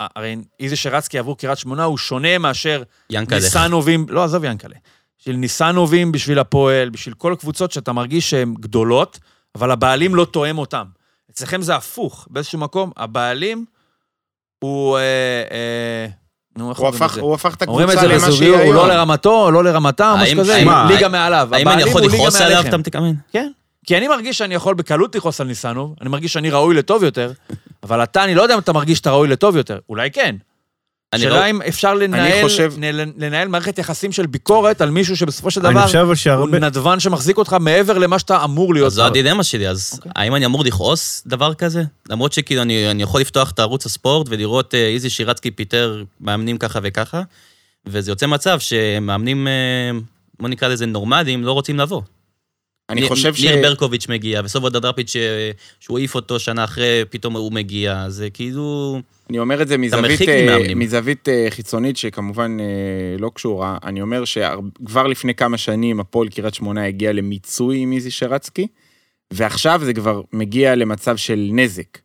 B: אה, הרי איזי שרצקי עבור קריית שמונה הוא שונה מאשר
C: ינקלה.
B: ניסנובים, לא, עזוב ינקלה, של ניסנובים בשביל הפועל, בשביל כל קבוצות שאתה מרגיש שהן גדולות, אבל הבעלים לא תואם אותם. אצלכם זה הפוך, באיזשהו מקום, הבעלים הוא... אה, אה, נו, איך
D: הוא
B: אומרים את
D: הפך,
B: זה?
D: הוא הפך את
B: אומרים
D: הקבוצה
B: את זה
D: למה שהיא
B: בזוגיות,
D: היום.
B: הוא לא לרמתו, הוא לא לרמתה, משהו
C: האם-
B: כזה,
E: האם-
B: ליגה מעליו.
C: האם אני
B: הבעלים
C: יכול
B: הוא ליגה
C: לכעוס עליו,
B: מעליכם.
C: אתה מתכוון?
B: כן. כי אני מרגיש שאני יכול בקלות לכעוס על ניסנוב, אני מרגיש שאני ראוי לטוב יותר, אבל אתה, אני לא יודע אם אתה מרגיש שאתה ראוי לטוב יותר, אולי כן.
C: אני לא-
B: השאלה
C: ראו-
B: אם אפשר לנהל,
D: חושב-
B: נ- לנהל מערכת יחסים של ביקורת על מישהו שבסופו של
E: אני
B: דבר
E: חושב אבל
B: הוא
E: שהרבה...
B: נדבן שמחזיק אותך מעבר למה שאתה אמור להיות.
C: אז זו
B: אבל-
C: הדילמה שלי, אז
B: אוקיי.
C: האם אני אמור לכעוס דבר כזה? למרות שכאילו אני אני יכול לפתוח את ערוץ הספורט ולראות אה, איזי שירצקי פיטר מאמנים ככה וככה, וזה יוצא מצב שמאמנים, אה, בוא נקרא לזה נורמליים, לא רוצים לבוא.
D: אני
C: ניר-
D: חושב ש...
C: ניר ברקוביץ' מגיע, וסובו דדרפיץ' אה, שהוא העיף אותו שנה אחרי, פתאום הוא מגיע, זה כאילו...
D: אני אומר את זה מזווית,
C: מרחיק
D: אה,
C: ממאמנים.
D: מזווית אה, חיצונית שכמובן אה, לא קשורה. אני אומר שכבר לפני כמה שנים הפועל קריית שמונה הגיע למיצוי עם איזי שרצקי, ועכשיו זה כבר מגיע למצב של נזק.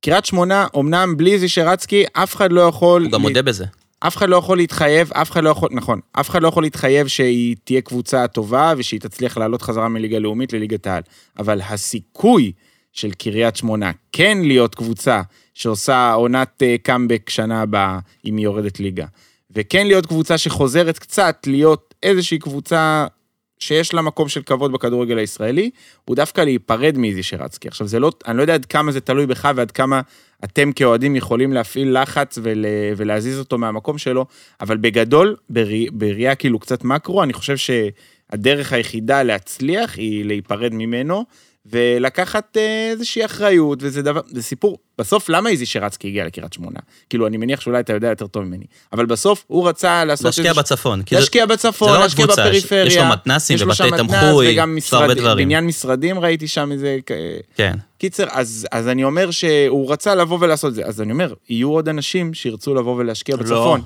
D: קריית שמונה, אמנם בלי איזי שרצקי, אף אחד לא יכול...
C: הוא גם מודה בזה.
D: אף אחד לא יכול להתחייב, אף אחד לא יכול, נכון, אף אחד לא יכול להתחייב שהיא תהיה קבוצה טובה ושהיא תצליח לעלות חזרה מליגה לאומית לליגת העל. אבל הסיכוי של קריית שמונה כן להיות קבוצה שעושה עונת אה, קאמבק שנה הבאה, אם היא יורדת ליגה, וכן להיות קבוצה שחוזרת קצת להיות איזושהי קבוצה שיש לה מקום של כבוד בכדורגל הישראלי, הוא דווקא להיפרד מאיזי שרצקי. עכשיו, זה לא, אני לא יודע עד כמה זה תלוי בך ועד כמה אתם כאוהדים יכולים להפעיל לחץ ול, ולהזיז אותו מהמקום שלו, אבל בגדול, בראי- בראייה כאילו קצת מקרו, אני חושב שהדרך היחידה להצליח היא להיפרד ממנו. ולקחת אה, איזושהי אחריות, וזה דבר, זה סיפור, בסוף למה איזי שרצקי הגיע לקריית שמונה? כאילו, אני מניח שאולי אתה יודע יותר טוב ממני, אבל בסוף הוא רצה לעשות
C: להשקיע
D: איזוש-
C: בצפון. כאילו,
D: להשקיע
C: זה
D: בצפון,
C: לא רק
D: להשקיע
C: קבוצה, יש-
D: בפריפריה.
C: יש לו מתנסים
D: יש לו
C: ובתי
D: שם מתנ"ס
C: תמחוי,
D: וגם
C: יש לו הרבה
D: משרדים,
C: דברים.
D: בניין משרדים ראיתי שם איזה... כ-
C: כן.
D: קיצר, אז, אז אני אומר שהוא רצה לבוא ולעשות את זה, אז אני אומר, יהיו עוד אנשים שירצו לבוא ולהשקיע
B: לא.
D: בצפון.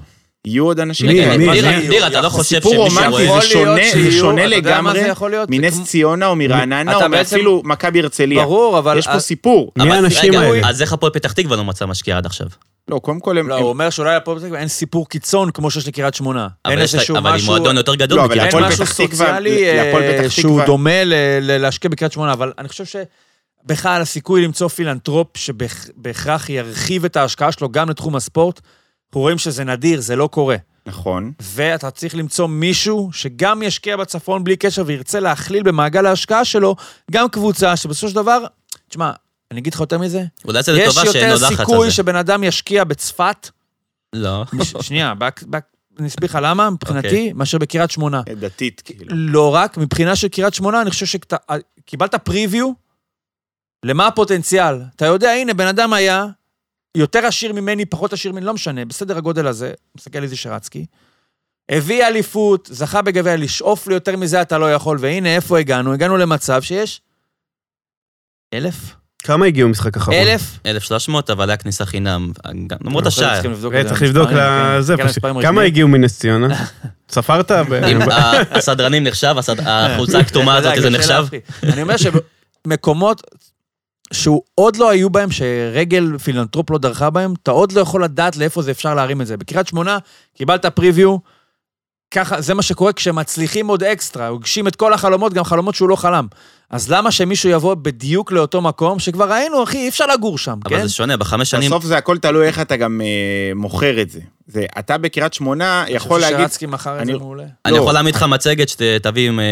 D: יהיו עוד אנשים.
E: מי,
D: כאלה.
E: מי?
D: מה זה-
C: ניר, ניר, אתה לא חושב
D: סיפור
C: שמישהו
D: רומנטי,
C: רואה...
D: זה שונה- זה שונה לגמרי מנס
B: מנס
D: ציונה או מרעננה
B: אתה בעצם-
D: או מאפילו מכבי הרצליה.
B: ברור, אבל...
D: יש פה סיפור.
E: מי
C: אבל-
E: האנשים
C: רגע,
E: האלה?
C: אז איך הפועל פתח תקווה לא מצא משקיע עד עכשיו?
D: לא, קודם כל הם...
B: לא,
D: הם-
B: הוא אומר שאולי הפועל פתח תקווה אין סיפור קיצון כמו שיש לקריית שמונה.
C: אבל
B: אין
C: יש-
B: איזה שהוא
C: אבל היא
B: משהו...
C: מועדון יותר גדול
D: לא, אבל
C: מקריית
B: אין
D: להפועל
C: שמונה.
B: משהו
D: פתח תקווה-
B: סוציאלי
D: להפועל
B: אה,
D: פתח
B: שהוא
D: תקווה.
B: דומה ל- ל- להשקיע בקריית שמונה, אבל אני חושב שבכלל הסיכוי למצוא פילנטרופ שבהכרח ירחיב את ההשקעה שלו גם לתחום הספורט, אנחנו רואים שזה נדיר, זה לא קורה.
D: נכון.
B: ואתה צריך למצוא מישהו שגם ישקיע בצפון בלי קשר וירצה להכליל במעגל ההשקעה שלו גם קבוצה שבסופו של דבר, תשמע, אני אגיד לך יותר מזה,
C: אולי זה
B: יש
C: לטובה שאין לו
B: יותר
C: לחץ על
B: סיכוי
C: זה.
B: שבן אדם ישקיע בצפת, [laughs]
C: לא.
B: ש- שנייה, בק- בק- אני אסביר לך למה,
D: אוקיי.
B: מבחינתי, מאשר בקריית שמונה.
D: דתית, כאילו.
B: לא רק, מבחינה של קריית שמונה, אני חושב שקיבלת פריוויו למה הפוטנציאל. אתה יודע, הנה, בן אדם היה יותר עשיר ממני, פחות עשיר ממני, לא משנה, בסדר הגודל הזה, מסתכל על איזי שרצקי, הביא אליפות, זכה בגביע, לשאוף ליותר מזה אתה לא יכול, והנה, איפה הגענו? הגענו למצב שיש אלף,
E: כמה הגיעו משחק אחרון?
B: אלף.
C: 1,300, אבל היה כניסה חינם. גם- למרות השעה.
B: צריכים לבדוק
E: אה,
B: את זה
E: צריך לבדוק
B: במספרים,
E: לזה,
B: כן,
E: פשוט.
B: מספרים
E: כמה
B: רשמיים.
E: הגיעו מנס ציונה? ספרת? לא- ב-
C: אם ה- הסדרנים נחשב, הסד-
B: אה.
C: החולצה
B: [laughs] אתה
C: הכתומה הזאת,
B: יודע, קשה
C: זה נחשב?
B: להפריד. אני אומר שמקומות שהוא עוד לא היו בהם, שרגל פילנטרופ לא דרכה בהם, אתה עוד לא יכול לדעת לאיפה זה אפשר להרים את זה. בקריית שמונה קיבלת פריוויו, ככה, זה מה שקורה כשמצליחים עוד אקסטרה, הוא הגשים את כל החלומות, גם חלומות שהוא לא חלם. אז למה שמישהו יבוא בדיוק לאותו מקום, שכבר ראינו, אחי, אי אפשר לגור שם,
C: אבל
B: כן?
C: זה שונה, בחמש שנים...
D: בסוף זה הכל תלוי איך אתה גם אה, מוכר את זה. זה. אתה בקריית שמונה יכול
B: אני חושב
D: להגיד...
B: שרצקי מכר את
D: אני-
B: זה מעולה.
C: אני
D: לא.
C: יכול להעמיד לך מצגת שתביא עם... אה,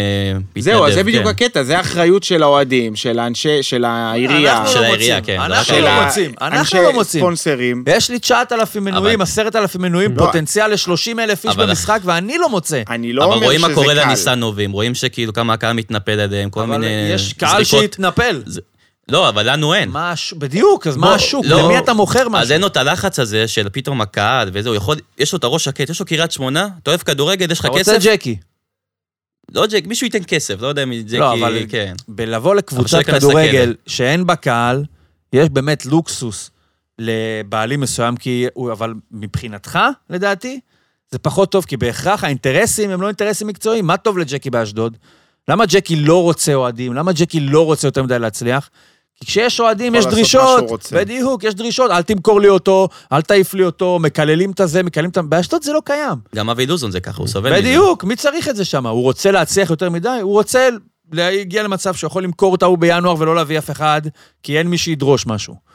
D: זהו, אז
C: מתנדב,
D: זה בדיוק
C: כן.
D: הקטע, זה האחריות של האוהדים, של האנשי, של העירייה,
B: אנחנו
C: של
B: לא
C: העירייה,
B: מוצאים,
C: כן, זה רק
B: אנחנו
D: של
B: לא
D: ה-
B: מוצאים,
D: אנשי
B: אנחנו לא מוצאים.
D: ספונסרים.
B: ויש לי 9,000 מנויים, 10,000 מנויים,
D: לא.
B: פוטנציאל ל-30 אלף איש
C: אבל-
B: במשחק, ואני לא מוצא.
D: אני לא
C: אבל
D: אומר
C: רואים מה
D: שזה
C: קורה
D: קל.
C: לניסנובים, רואים שכאילו כמה הקהל מתנפל עליהם, כל
B: אבל
C: מיני
B: יש קהל
C: זריקות.
B: שהתנפל.
C: זה- לא, אבל לנו אין.
B: מה הש- בדיוק, אז מה
C: בוא,
B: השוק?
C: לא.
B: למי אתה מוכר
C: אז
B: משהו?
C: אין לו את הלחץ הזה של פתאום הקהל וזה, הוא יכול, יש לו את הראש שקט, יש לו קריית שמונה, אתה אוהב כדורגל, יש לך
B: אתה רוצה
C: כסף,
B: ג'קי.
C: לא ג'ק, מישהו ייתן כסף, לא יודע אם ג'קי,
B: לא, אבל
C: כן.
B: בלבוא
C: עכשיו
B: לקבוצת
C: ניכנס
B: כדורגל
C: לכלא.
B: שאין בה קהל, יש באמת לוקסוס לבעלים מסוים, כי הוא, אבל מבחינתך, לדעתי, זה פחות טוב, כי בהכרח האינטרסים הם לא אינטרסים מקצועיים. מה טוב לג'קי באשדוד? למה ג'קי לא רוצה אוהדים? למה ג'קי לא רוצה יותר מדי להצליח? כי כשיש אוהדים,
D: יכול
B: יש
D: לעשות מה
B: דרישות.
D: שהוא רוצה.
B: בדיוק, יש דרישות. אל תמכור לי אותו, אל תעיף לי אותו, מקללים את הזה, מקללים את ה... באשדוד זה לא קיים.
C: גם אבי לוזון זה ככה, הוא סובל מזה.
B: בדיוק, מי צריך את זה שם? הוא רוצה להצליח יותר מדי? הוא רוצה להגיע למצב שהוא יכול למכור את ההוא בינואר ולא להביא אף אחד, כי אין מי שידרוש משהו.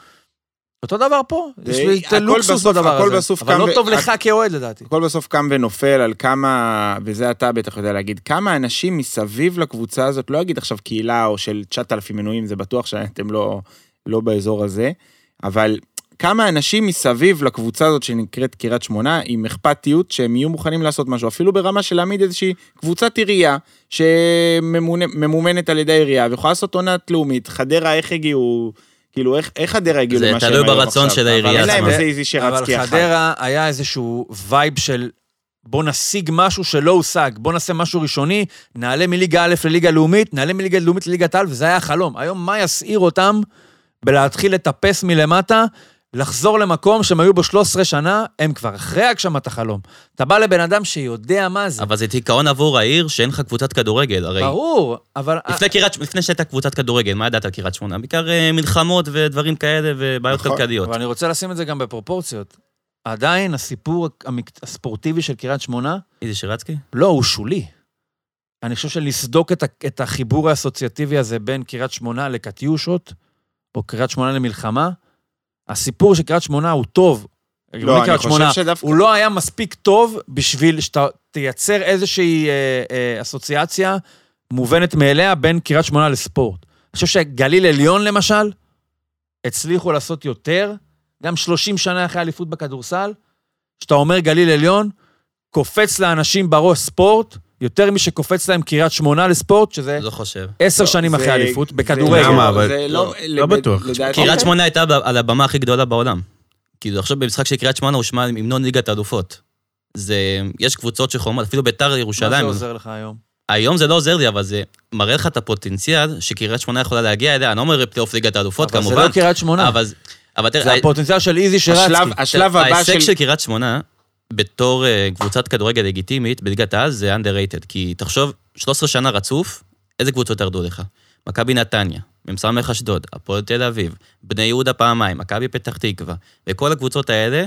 B: אותו דבר פה, יש לי
D: הכל
B: לוקסוס
D: בסוף-
B: בדבר
D: הכל
B: הזה.
D: בסוף
B: אבל
D: קם
B: לא
D: ו-
B: טוב לך כאוהד לדעתי.
D: הכל בסוף קם ונופל על כמה, וזה אתה בטח יודע להגיד, כמה אנשים מסביב לקבוצה הזאת, לא אגיד עכשיו קהילה או של 9,000 מנויים, זה בטוח שאתם לא, לא באזור הזה, אבל כמה אנשים מסביב לקבוצה הזאת שנקראת קריית שמונה, עם אכפתיות, שהם יהיו מוכנים לעשות משהו, אפילו ברמה של להעמיד איזושהי קבוצת עירייה, שממומנת על ידי העירייה, ויכולה לעשות עונת לאומית, חדרה, איך הגיעו, כאילו, איך, איך חדרה הגיעו
C: זה
D: למה שהם
C: תלוי
D: היום
C: ברצון
D: עכשיו?
C: של העירייה
D: אבל אין להם
C: עצמה.
D: איזה איזי שרצקי
B: אבל
D: אחת.
B: חדרה היה איזשהו וייב של בוא נשיג משהו שלא הושג, בוא נעשה משהו ראשוני, נעלה מליגה א' לליגה לאומית, נעלה מליגה לאומית לליגת העל, וזה היה החלום. היום מה יסעיר אותם בלהתחיל לטפס מלמטה, לחזור למקום שהם היו בו 13 שנה, הם כבר אחרי הגשמת החלום. אתה בא לבן אדם שיודע מה זה.
C: אבל זה דיכאון עבור העיר שאין לך קבוצת כדורגל, הרי.
B: ברור, אה, אבל...
C: לפני, קריית, לפני שהייתה קבוצת כדורגל, מה ידעת על קריית שמונה? בעיקר אה, מלחמות ודברים כאלה ובעיות
D: נכון,
C: כלכליות.
B: אבל אני רוצה לשים את זה גם בפרופורציות. עדיין הסיפור המק- הספורטיבי של קריית שמונה
C: איזה שירצקי?
B: לא, הוא שולי. אני חושב שלסדוק את, ה- את החיבור האסוציאטיבי הזה בין קריית שמונה לקטיושות, או קריית שמונה למלחמה, הסיפור של קריית שמונה הוא טוב.
D: לא, אני
B: קריית שמונה,
D: חושב שדווקא...
B: הוא לא היה מספיק טוב בשביל שאתה תייצר איזושהי אה, אה, אסוציאציה מובנת מאליה בין קריית שמונה לספורט. אני חושב שגליל עליון, למשל, הצליחו לעשות יותר, גם 30 שנה אחרי האליפות בכדורסל, כשאתה אומר גליל עליון, קופץ לאנשים בראש ספורט, יותר משקופץ להם קריית שמונה לספורט, שזה
C: לא חושב.
B: עשר שנים
D: זה-
B: אחרי האליפות,
D: זה-
B: בכדורגל.
E: למה? אבל-
D: זה לא,
E: לא בטוח.
D: לדעתי-
B: אוקיי.
C: קריית שמונה הייתה ב- על הבמה הכי גדולה בעולם. כאילו, עכשיו במשחק של קריית שמונה הוא שמע עם המנון ליגת האלופות. זה, יש קבוצות שחומרות, אפילו ביתר
B: מה זה
C: ירושלים.
B: עוזר לך היום?
C: היום זה לא עוזר לי, אבל זה מראה לך את הפוטנציאל שקריית שמונה יכולה להגיע אליה. אני לא אומר פלייאוף ליגת האלופות,
B: אבל
C: כמובן.
B: זה לא קריית שמונה,
C: אבל, אה, אבל תראה,
B: זה הפוטנציאל של איזי שרצקי.
C: [laughs]
D: השלב, השלב הבא
C: ההישג
D: של...
C: של קריית שמונה בתור אה, קבוצת כדורגל לגיטימית בליגת העל זה underrated, כי תחשוב, 13 שנה רצוף, איזה קבוצות ירדו לך? מכבי נתניה, מ"ס אשדוד, הפועל תל אביב, בני יהודה פעמיים, מכבי פתח תקווה, וכל הקבוצות האלה,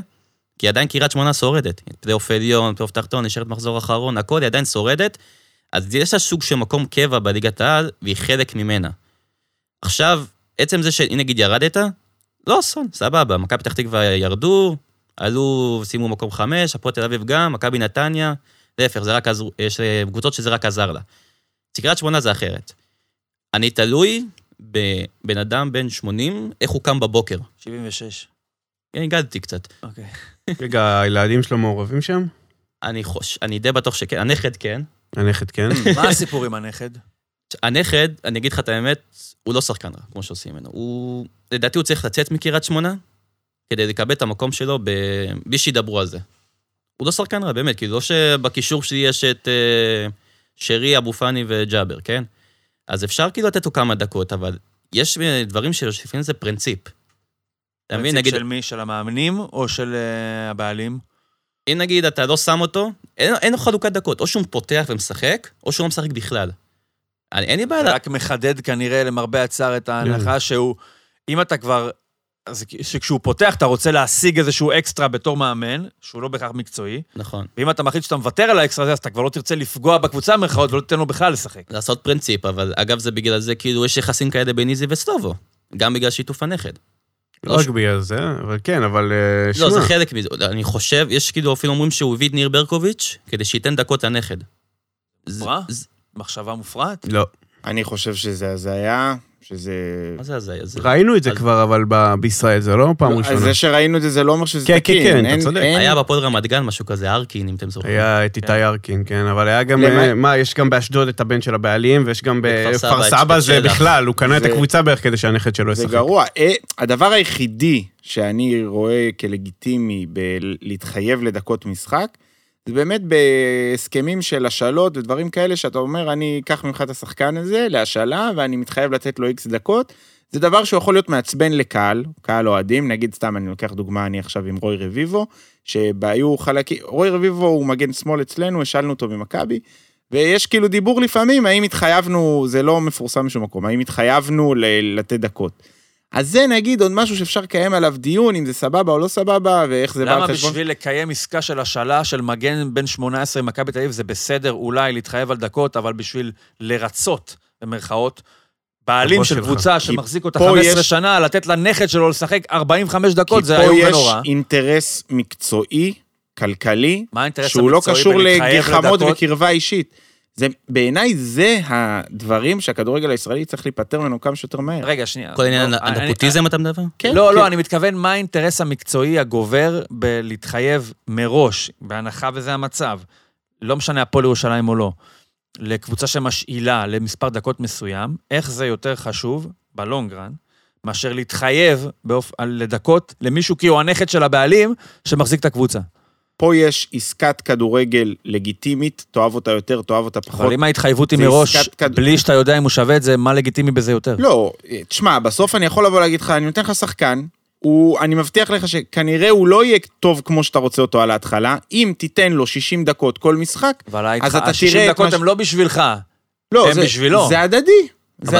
C: כי עדיין קריית שמונה שורדת. פלייאוף עליון, פלייאוף תחתון, נשארת מחזור אחרון, הכל, היא עדיין שורדת. אז יש לה סוג של מקום קבע בליגת העל, והיא חלק ממנה. עכשיו, עצם זה שהנה נגיד ירדת, לא אסון, סבבה, מכבי פתח תקווה ירדו, עלו, סיימו מקום חמש, הפועל תל אביב גם, מכבי נתניה, להפך, זה רק עזרו, יש אה, קבוצות שזה רק עזר לה. אצל קריית שמונה זה אחרת. אני תלוי בבן אדם בן 80, איך הוא קם בבוקר.
B: 76.
C: אני הגדתי קצת.
B: אוקיי.
E: רגע, הילדים שלו מעורבים שם?
C: אני חוש, אני די בטוח שכן, הנכד כן.
E: הנכד כן.
B: מה הסיפור עם הנכד?
C: הנכד, אני אגיד לך את האמת, הוא לא שחקן רע, כמו שעושים ממנו. הוא, לדעתי הוא צריך לצאת מקריית שמונה, כדי לקבל את המקום שלו ב... בלי שידברו על זה. הוא לא שחקן רע, באמת, כאילו, לא שבקישור שלי יש את אה, שרי, אבו פאני וג'אבר, כן? אז אפשר כאילו לתת לו כמה דקות, אבל יש אה, דברים שלפעמים זה פרינציפ. אתה מבין, נגיד,
B: של מי? של המאמנים או של אה, הבעלים?
C: אם נגיד אתה לא שם אותו, אין, אין לו חלוקת דקות, או שהוא פותח ומשחק, או שהוא לא משחק בכלל. אני, אין לי בעיה,
B: רק מחדד כנראה למרבה הצער את ההנחה שהוא, אם אתה כבר, אז שכשהוא פותח אתה רוצה להשיג איזשהו אקסטרה בתור מאמן, שהוא לא בהכרח מקצועי,
C: נכון.
B: ואם אתה מחליט שאתה מוותר על האקסטרה הזה, אז אתה כבר לא תרצה לפגוע בקבוצה במרכאות ולא תיתן לו בכלל לשחק.
C: לעשות פרינציפ, אבל אגב זה בגלל זה כאילו יש יחסים כאלה בין איזי וסטובו, גם בגלל שיתוף הנכד.
E: לא רק בגלל זה, אבל כן, אבל אה, שמע.
C: לא, זה חלק מזה, אני חושב, יש כאילו אפילו אומרים שהוא הביא את ניר ברקוביץ' כדי שייתן דקות לנכד. זה-
B: מופרע?
C: זה-
B: מחשבה מופרעת?
E: לא.
D: אני חושב שזה הזיה, שזה...
C: מה זה הזיה? זה-
E: ראינו את זה
C: אז-
E: כבר, אבל ב- בישראל זה לא פעם
D: אז
E: ראשונה.
D: זה שראינו את זה, זה לא אומר שזה
E: כן, כן,
D: תקין.
E: כן, אתה
D: אין-
E: צודק.
D: אין-
C: היה בפועל רמת גן משהו כזה, ארקין, אם אתם זוכרים.
E: היה את איתי ארקין, כן, אבל היה גם,
D: למה-
E: אה, מה, יש גם באשדוד את הבן של הבעלים, ויש גם
C: בכפר סבא
E: בכפר
C: את
E: סבא, זה
C: שלח.
E: בכלל, הוא קנה את
D: זה-
E: הקבוצה בערך כדי שהנכד שלו
D: זה
E: ישחק.
D: גרוע. אה, הדבר היחידי שאני רואה כלגיטימי בלהתחייב לדקות משחק, זה באמת בהסכמים של השאלות ודברים כאלה, שאתה אומר, אני אקח ממך את השחקן הזה להשאלה, ואני מתחייב לתת לו איקס דקות. זה דבר שהוא יכול להיות מעצבן לקהל, קהל אוהדים, נגיד סתם, אני לוקח דוגמה, אני עכשיו עם רוי רביבו, שהיו חלקים, רוי רביבו הוא מגן שמאל אצלנו, השאלנו אותו ממכבי, ויש כאילו דיבור לפעמים, האם התחייבנו, זה לא מפורסם בשום מקום, האם התחייבנו ל- לתת דקות. אז זה נגיד עוד משהו שאפשר לקיים עליו דיון, אם זה סבבה או לא סבבה, ואיך זה בא על
B: למה
D: חשבון.
B: בשביל לקיים עסקה של השאלה של מגן בן 18 עם מכבי תל אביב זה בסדר אולי להתחייב על דקות, אבל בשביל לרצות, במרכאות, בעלים
E: הראש
B: של
E: שלך.
B: קבוצה
D: כי
B: שמחזיק אותה
D: פה
B: 15
D: יש-
B: שנה, לתת לנכד שלו לשחק 45
D: כי
B: דקות, זה
D: פה
B: איום
D: יש
B: ונורא.
D: אינטרס מקצועי, כלכלי,
B: מה האינטרס
D: שהוא לא
B: המקצועי
D: קשור
B: בלהתחייב
D: לגחמות
B: לדקות?
D: וקרבה אישית. זה, בעיניי זה הדברים שהכדורגל הישראלי צריך להיפטר ממנו כמה שיותר מהר.
B: רגע, שנייה.
C: כל עניין
B: לא, אני-
C: הנפוטיזם אתה מדבר?
B: כן, לא, כן. לא, אני מתכוון מה האינטרס המקצועי הגובר בלהתחייב מראש, בהנחה וזה המצב, לא משנה הפועל ירושלים או לא, לקבוצה שמשאילה למספר דקות מסוים, איך זה יותר חשוב בלונגרן, מאשר להתחייב באופ... על- לדקות למישהו כי הוא הנכד של הבעלים שמחזיק את הקבוצה.
D: פה יש עסקת כדורגל לגיטימית, תאהב אותה יותר, תאהב אותה פחות.
B: אבל אם ההתחייבות היא
D: זה
B: מראש,
D: עסקת כד-
B: בלי שאתה יודע אם הוא שווה את זה, מה לגיטימי בזה יותר?
D: לא, תשמע, בסוף אני יכול לבוא להגיד לך, אני נותן לך שחקן, הוא, אני מבטיח לך שכנראה הוא לא יהיה טוב כמו שאתה רוצה אותו על ההתחלה, אם תיתן לו 60 דקות כל משחק,
B: אבל
D: אז אתה תראה
B: ה-60
D: את
B: דקות
D: מה ש-
B: הם לא בשבילך.
D: לא,
B: הם
D: זה,
B: בשבילו.
D: זה הדדי. זה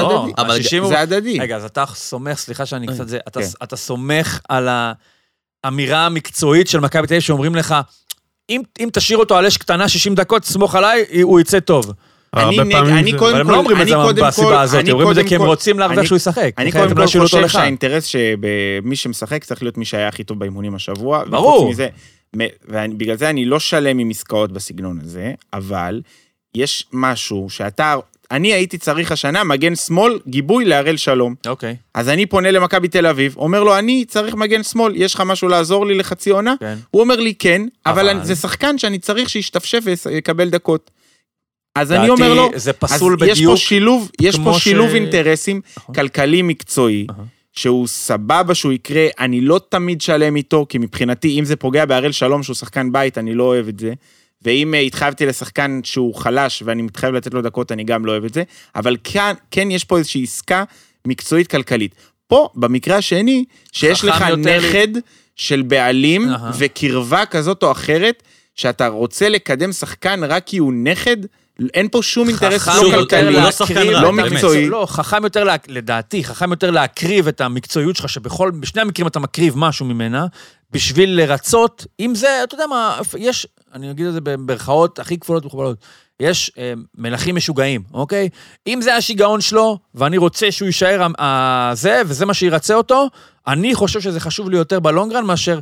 B: אבל לא,
D: הדדי.
B: אבל
D: זה
B: 60 הוא-
D: הדדי.
B: רגע, אז אתה סומך, סליחה שאני קצת זה, אתה,
D: כן.
B: אתה סומך על האמירה המקצועית של מכבי תל אביב שאומרים לך, אם, אם תשאיר אותו על אש קטנה 60 דקות, סמוך עליי, הוא יצא טוב.
D: אני
E: הרבה
D: נג-
E: פעמים
D: אני
E: זה-
D: קודם
B: אבל הם לא
D: כל-
B: אומרים את
D: אני
B: זה
D: קודם כל-
B: מהסיבה הזאת,
D: אני
B: אומרים את זה
D: קודם
B: כי הם
D: כל-
B: רוצים להרוויח
D: אני-
B: שהוא ישחק.
D: אני
B: לכן
D: קודם
B: אתם לא
D: כל
B: השאירו אותו
D: חושב
B: לך.
D: שהאינטרס שמי שמשחק צריך להיות מי שהיה הכי טוב באימונים השבוע.
B: ברור.
D: וחוץ מזה, מ- ובגלל זה אני לא שלם עם עסקאות בסגנון הזה, אבל יש משהו שאתה, אני הייתי צריך השנה מגן שמאל, גיבוי להראל שלום.
B: אוקיי,
D: אז אני פונה למכבי תל אביב, אומר לו, אני צריך מגן שמאל, יש לך משהו לעזור לי לחצי עונה?
B: כן.
D: הוא אומר לי, כן, אבל,
B: אבל-
D: אני- זה שחקן שאני צריך שישתפשף ויקבל דקות. אז אני
B: דעתי,
D: אומר לו,
B: זה פסול
D: אז יש פה
B: בדיוק
D: שילוב, יש
B: כמו
D: פה
B: ש-
D: שילוב אינטרסים,
B: נכון.
D: כלכלי-מקצועי,
B: אהה.
D: שהוא סבבה שהוא יקרה, אני לא תמיד שלם איתו, כי מבחינתי, אם זה פוגע בהראל שלום, שהוא שחקן בית, אני לא אוהב את זה. ואם אה, התחייבתי לשחקן שהוא חלש ואני מתחייב כן לתת לו דקות, אני גם לא אוהב את זה. אבל כאן, כן יש פה איזושהי עסקה מקצועית-כלכלית. פה, במקרה השני, שיש
C: חכם
D: לך
C: יותר לי-
D: נכד של בעלים
B: אהה.
D: וקרבה כזאת או אחרת, שאתה רוצה לקדם שחקן רק כי הוא נכד, אין פה שום אינטרס
C: חכם
D: לא
C: יותר,
D: כלכלי,
C: הוא לא שחקן
D: לא
C: רע, באמת.
D: מקצועי.
B: לא, חכם יותר, לה- לדעתי, חכם יותר להקריב את המקצועיות שלך, שבכל, בשני המקרים אתה מקריב משהו ממנה, בשביל לרצות, אם זה, אתה יודע מה, יש, אני אגיד את זה במרכאות הכי כפולות ומכובלות, יש אה, מלכים משוגעים, אוקיי? אם זה השיגעון שלו, ואני רוצה שהוא יישאר ה- ה- זה, וזה מה שירצה אותו, אני חושב שזה חשוב לי יותר בלונגרן מאשר...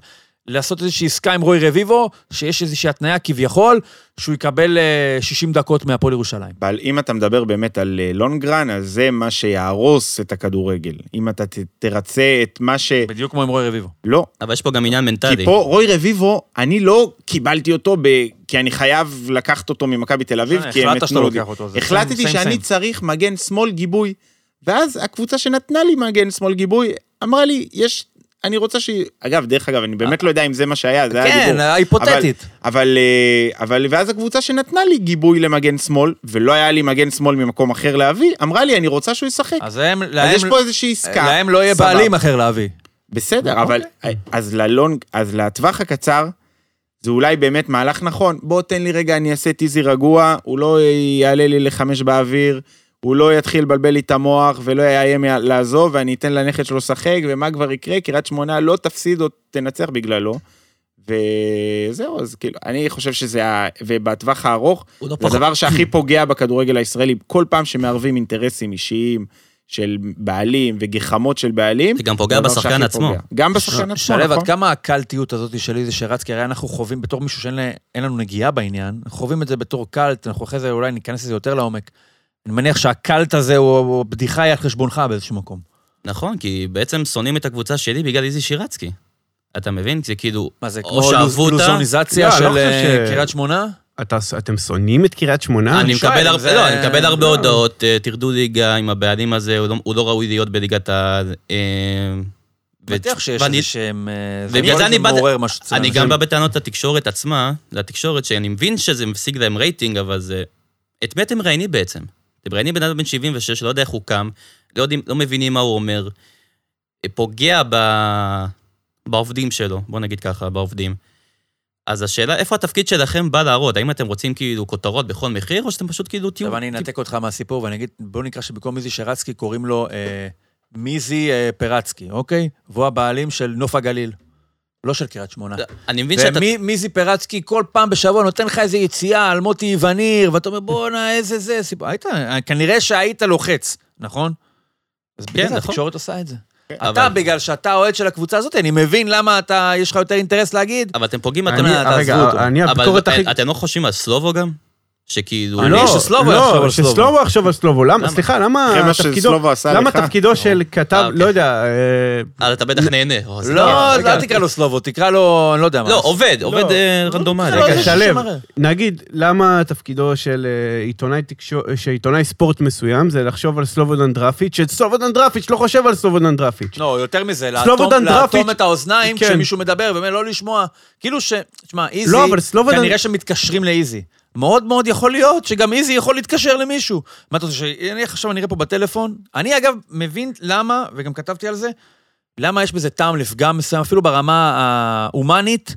B: לעשות איזושהי עסקה עם רוי רביבו, שיש איזושהי התניה כביכול, שהוא יקבל אה, 60 דקות מהפועל ירושלים.
D: אבל אם אתה מדבר באמת על אה, לונגרן, אז זה מה שיהרוס את הכדורגל. אם אתה ת- תרצה את מה ש...
B: בדיוק כמו עם רוי רביבו.
D: לא,
C: אבל יש פה גם עניין מנטלי.
D: כי פה רוי רביבו, אני לא קיבלתי אותו ב... כי אני חייב לקחת אותו ממכבי תל אביב,
B: בסדר,
D: כי הם
B: אה, החלטת שאתה
D: התנו אותי.
B: לוקח אותו, זה same,
D: החלטתי
B: same,
D: שאני
B: same.
D: צריך מגן שמאל גיבוי. ואז הקבוצה שנתנה לי מגן שמאל גיבוי, אמרה לי, יש... אני רוצה ש... אגב, דרך אגב, אני באמת לא יודע אם זה מה שהיה, זה היה דיבור.
B: כן, היפותטית.
D: אבל, אבל, אה, אבל, ואז הקבוצה שנתנה לי גיבוי למגן שמאל, ולא היה לי מגן שמאל ממקום אחר להביא, אמרה לי, אני רוצה שהוא ישחק. אז,
B: אז הם,
D: אז
B: להם,
D: יש פה איזושהי עסקה.
B: להם לא יהיה
D: סבבה.
B: בעלים אחר להביא.
C: אוקיי.
D: בסדר, אבל אה, אז ללונג, אז לטווח הקצר, זה אולי באמת מהלך נכון. בוא תן לי רגע, אני אעשה טיזי רגוע, הוא לא יעלה לי לחמש באוויר, הוא לא יתחיל לבלבל לי את המוח ולא יאיים לעזוב, ואני אתן לנכד שלו לשחק, ומה כבר יקרה? קריית שמונה לא תפסיד או תנצח בגללו. וזהו, אז כאילו, אני חושב שזה, ה- ובטווח הארוך,
C: הוא לא
D: זה
C: פחות-
D: הדבר שהכי פוגע בכדורגל הישראלי. כל פעם שמערבים אינטרסים אישיים של בעלים וגחמות של בעלים,
C: זה גם לא, פוגע
D: הדבר
C: בשחקן
D: שהכי
C: עצמו.
D: פוגע. גם בשחקן עצמו,
B: שלו,
D: נכון?
B: עד כמה הקלטיות הזאת שלי זה שרץ, כי הרי אנחנו חווים בתור מישהו שאין לה- אין לנו נגיעה בעניין, אנחנו חווים את זה בתור קלט, אנחנו אחרי זה אולי ניכנס לזה יותר לעומק. אני מניח שהקלט הזה הוא הוא בדיחה היא על חשבונך באיזשהו מקום.
C: נכון, כי בעצם שונאים את הקבוצה שלי בגלל איזי שירצקי. אתה מבין? זה כאילו,
B: מה זה, כמו אה?
C: או שאהבו
B: לוז-
C: אותה,
B: לוזוניזציה
E: לא, אני לא
B: של
E: חושב
B: אה,
E: ש-
B: קריית שמונה?
E: אתה, אתם שונאים את קריית שמונה?
C: אני
B: שואל,
C: מקבל הרבה,
B: זה-
C: לא, אני מקבל הרבה
E: לא.
C: הודעות, אה, תרדו ליגה עם הבעלים הזה, הוא לא- הוא לא ראוי להיות בליגת ה... אה, ו-
B: בטח שיש
C: ואני-
B: איזה שהם... אה, זה
C: ובגלל
B: לא
C: זה אני
B: איזה
C: בא-
B: מעורר משהו אצל
C: אני
B: אנשים.
C: גם בא בטענות לתקשורת עצמה, לתקשורת, שאני מבין שזה משיג להם רייטינג, אבל זה... את מי אתם מראיינים בעצם? אתם מראיינים בן אדם בן 76, לא יודע איך הוא קם, לא, יודעים, לא מבינים מה הוא אומר, אה, פוגע ב... בעובדים שלו, בוא נגיד ככה, בעובדים. אז השאלה, איפה התפקיד שלכם בא להראות? האם אתם רוצים כאילו כותרות בכל מחיר, או שאתם פשוט כאילו תהיו...
B: עכשיו אני אנתק אותך מהסיפור ואני אגיד, בוא נקרא שבמקום מיזי שרצקי קוראים לו אה, מיזי אה, פרצקי, אוקיי? והוא הבעלים של נוף הגליל, לא של קריית שמונה.
C: אני מבין שאתה...
B: ומיזי פרצקי כל פעם בשבוע נותן לך איזה יציאה על מוטי איווניר, ואתה אומר, בואנה, איזה זה, סיפור. היית, אה, כנראה שהיית לוחץ, נכון? אז בגלל
C: כן,
B: זה
C: נכון.
B: התקשורת עושה את זה. אתה,
C: אבל-
B: בגלל שאתה אוהד של הקבוצה הזאת, אני מבין למה אתה, יש לך יותר אינטרס להגיד,
C: אבל אתם פוגעים,
E: אני-
C: אתם...
B: אתה,
E: רגע,
B: תעזבו אותו.
E: אני
C: אבל
E: הביקורת הכי...
C: אתם לא חושבים על סלובו גם? שכאילו...
B: אני-
E: לא,
B: שסלובו יחשוב על
E: לא,
B: סלובו.
E: שסלובו יחשוב על סלובו. למה?
C: למה?
E: סליחה, למה
D: אחרי מה
E: תפקידו-
D: שסלובו עשה
E: למה
D: לך?
E: תפקיד של כתב,
C: אה, אוקיי.
E: לא יודע, אה,
C: אז אתה בטח נהנה. או, זה
B: לא,
C: כיף.
B: אל תקרא לו סלובו, תקרא לו, אני לא יודע מה.
C: לא, עובד, עובד אה,
B: זה
C: רנדומלי.
B: לא
E: רגע,
B: איזה
E: שלו,
B: שמראה.
E: נגיד, למה תפקידו של אה, עיתונאי תקשור- שעיתונאי ספורט מסוים זה לחשוב על סלובודן דרפיץ', שסלובודן דרפיץ' לא חושב על סלובודן דרפיץ'.
B: לא, יותר מזה, לאטום,
E: סלובודן
B: לאטום
E: דראפיץ'.
B: את האוזניים
E: כן.
B: כשמישהו מדבר, באמת לא לשמוע. כאילו ש... תשמע, איזי,
E: לא, אבל סלובודן-
B: כנראה שמתקשרים לאיזי. מאוד מאוד יכול להיות שגם איזי יכול להתקשר למישהו. מה אתה רוצה, שנניח עכשיו אני אראה פה בטלפון? אני אגב מבין למה, וגם כתבתי על זה, למה יש בזה טעם לפגם מסוים, אפילו ברמה ההומנית.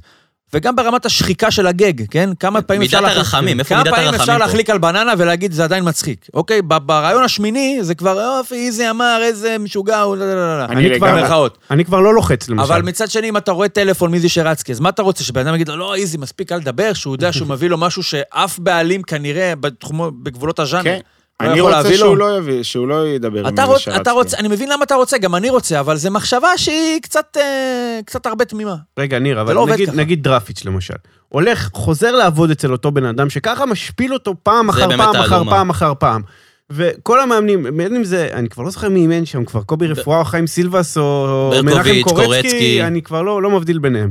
B: וגם ברמת השחיקה של הגג, כן? כמה פעמים
C: מידת
B: אפשר... להחליק-
C: הרחמים, איפה
B: כמה
C: מידת
B: פעמים
C: הרחמים
B: אפשר
C: פה?
B: להחליק על בננה ולהגיד, זה עדיין מצחיק. אוקיי, ב- ברעיון השמיני, זה כבר, אופי, איזי אמר, איזה משוגע, הוא... לא, לא, לא, לא.
D: אני
E: כבר-
D: לגמרי.
B: במרכאות.
E: אני כבר לא לוחץ למשל.
B: אבל מצד שני, אם אתה רואה טלפון מאיזי שרצקי, אז מה אתה רוצה, שבן אדם יגיד לו, לא, איזי, מספיק, קל לדבר, שהוא יודע שהוא מביא לו משהו שאף בעלים כנראה בתחומו, בגבולות הז'אנר.
D: כן.
B: לא
D: אני
B: יכול
D: רוצה
B: להביא
D: שהוא
B: לו.
D: לא כן. יביא, שהוא לא ידבר עם
B: אתה,
D: איזה
B: רוצ, אתה
D: שרצקי.
B: רוצה, אני מבין למה אתה רוצה, גם אני רוצה, אבל זו מחשבה שהיא קצת, אה, קצת הרבה תמימה.
E: רגע, ניר,
B: זה לא
E: אבל
B: עובד
E: נגיד-
B: ככה.
E: נגיד דרפיץ' למשל. הולך, חוזר לעבוד אצל אותו בן אדם, שככה משפיל אותו
C: זה
E: פעם אחר
C: באמת
E: פעם אחר
C: תעלומה.
E: פעם אחר פעם. וכל המאמנים, בין אם זה, אני כבר לא זוכר מי אימן שם, כבר קובי רפואה או חיים סילבס או
C: ברקוביץ',
E: מנחם קורצקי,
C: קורצקי.
E: אני כבר לא לא מבדיל ביניהם.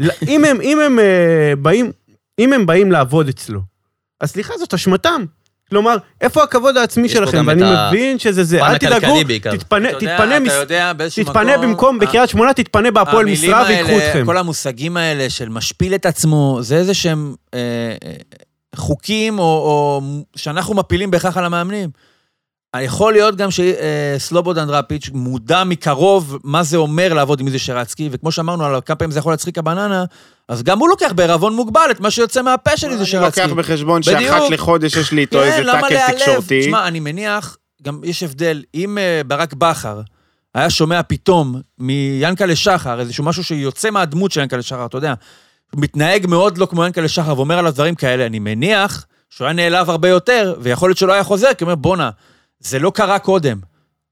E: ל- אם הם- אם הם אה, באים, אם הם באים לעבוד אצלו, אז סליחה, זאת אשמתם. כלומר, איפה הכבוד העצמי
C: יש פה
E: שלכם?
C: גם
E: ואני
C: את ה-
E: מבין שזה זה.
C: הפן
E: אל תדאגו,
C: הכלכלי בעיקר.
E: תתפנה- תתפנה מס-
B: יודע, באיזשהו אה,
E: תתפנה במקום, בקריית שמונה תתפנה בהפועל
B: המילים
E: משרה
B: האלה,
E: ויקחו אתכם.
B: כל המושגים האלה של משפיל את עצמו, זה איזה שהם אה, אה, חוקים או, או שאנחנו מפילים בהכרח על המאמנים. יכול להיות גם שסלובודן דראפיץ' מודע מקרוב מה זה אומר לעבוד עם איזה שרצקי, וכמו שאמרנו, על כמה פעמים זה יכול להצחיק הבננה, אז גם הוא לוקח בעירבון מוגבל את מה שיוצא מהפה של איזה
D: אני
B: שרצקי.
D: לוקח בחשבון שאחת
B: בדיוק.
D: לחודש יש לי
B: כן,
D: איתו איזה טאקל תקשורתי.
B: תשמע, אני מניח, גם יש הבדל, אם אה, ברק בכר היה שומע פתאום מיענקלה שחר, איזשהו משהו שיוצא מהדמות של יענקלה שחר, אתה יודע, הוא מתנהג מאוד לא כמו יענקלה שחר ואומר עליו דברים כאלה, אני מניח שהוא היה נעלב הרבה יותר, ויכול להיות שלא היה חוזר, כי הוא אומר, בואנה, זה לא קרה קודם.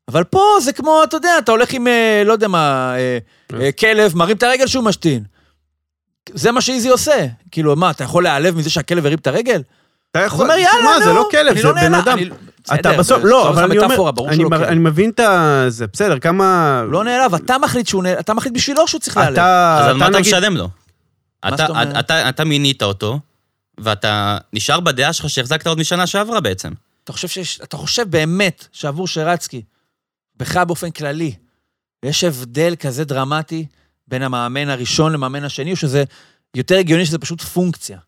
B: אבל פה זה כמו, אתה יודע, אתה הולך עם, אה, לא יודע מה, אה, אה, כלב, מרים את הרגל שהוא משתין. זה מה שאיזי עושה. כאילו, מה, אתה יכול להיעלב מזה שהכלב הרים את הרגל?
E: אתה
B: אז הוא
E: יכול,
B: אומר, יאללה,
E: תשמע,
B: נו,
E: זה לא כלב,
B: אני
E: זה בן
B: נעלב,
E: אדם.
B: אני-
E: אתה
B: בסדר,
E: בסוף,
B: זה-
E: לא,
B: בסוף
E: אבל
B: זה
E: אני אומר,
B: מטאפורה, ברור
E: אני
B: שלא
E: מר-
B: כלב.
E: אני מבין את ה... זה בסדר, כמה...
B: הוא לא נעלב, אתה מחליט שהוא נעלב, אתה מחליט בשבילו שהוא צריך להיעלב.
E: אתה,
C: אז על מה
E: אתה
C: אתה
E: נגיד,
C: משלם לו?
B: מה
C: אתה-
B: זאת אומרת?
C: אתה- אתה מינית אותו, ואתה נשאר בדעה שלך שהחזקת עוד משנה שעברה בעצם.
B: אתה חושב שיש, אתה חושב באמת שעבור שרצקי, בך באופן כללי, יש הבדל כזה דרמטי בין המאמן הראשון למאמן השני, או שזה יותר הגיוני שזה פשוט פונקציה.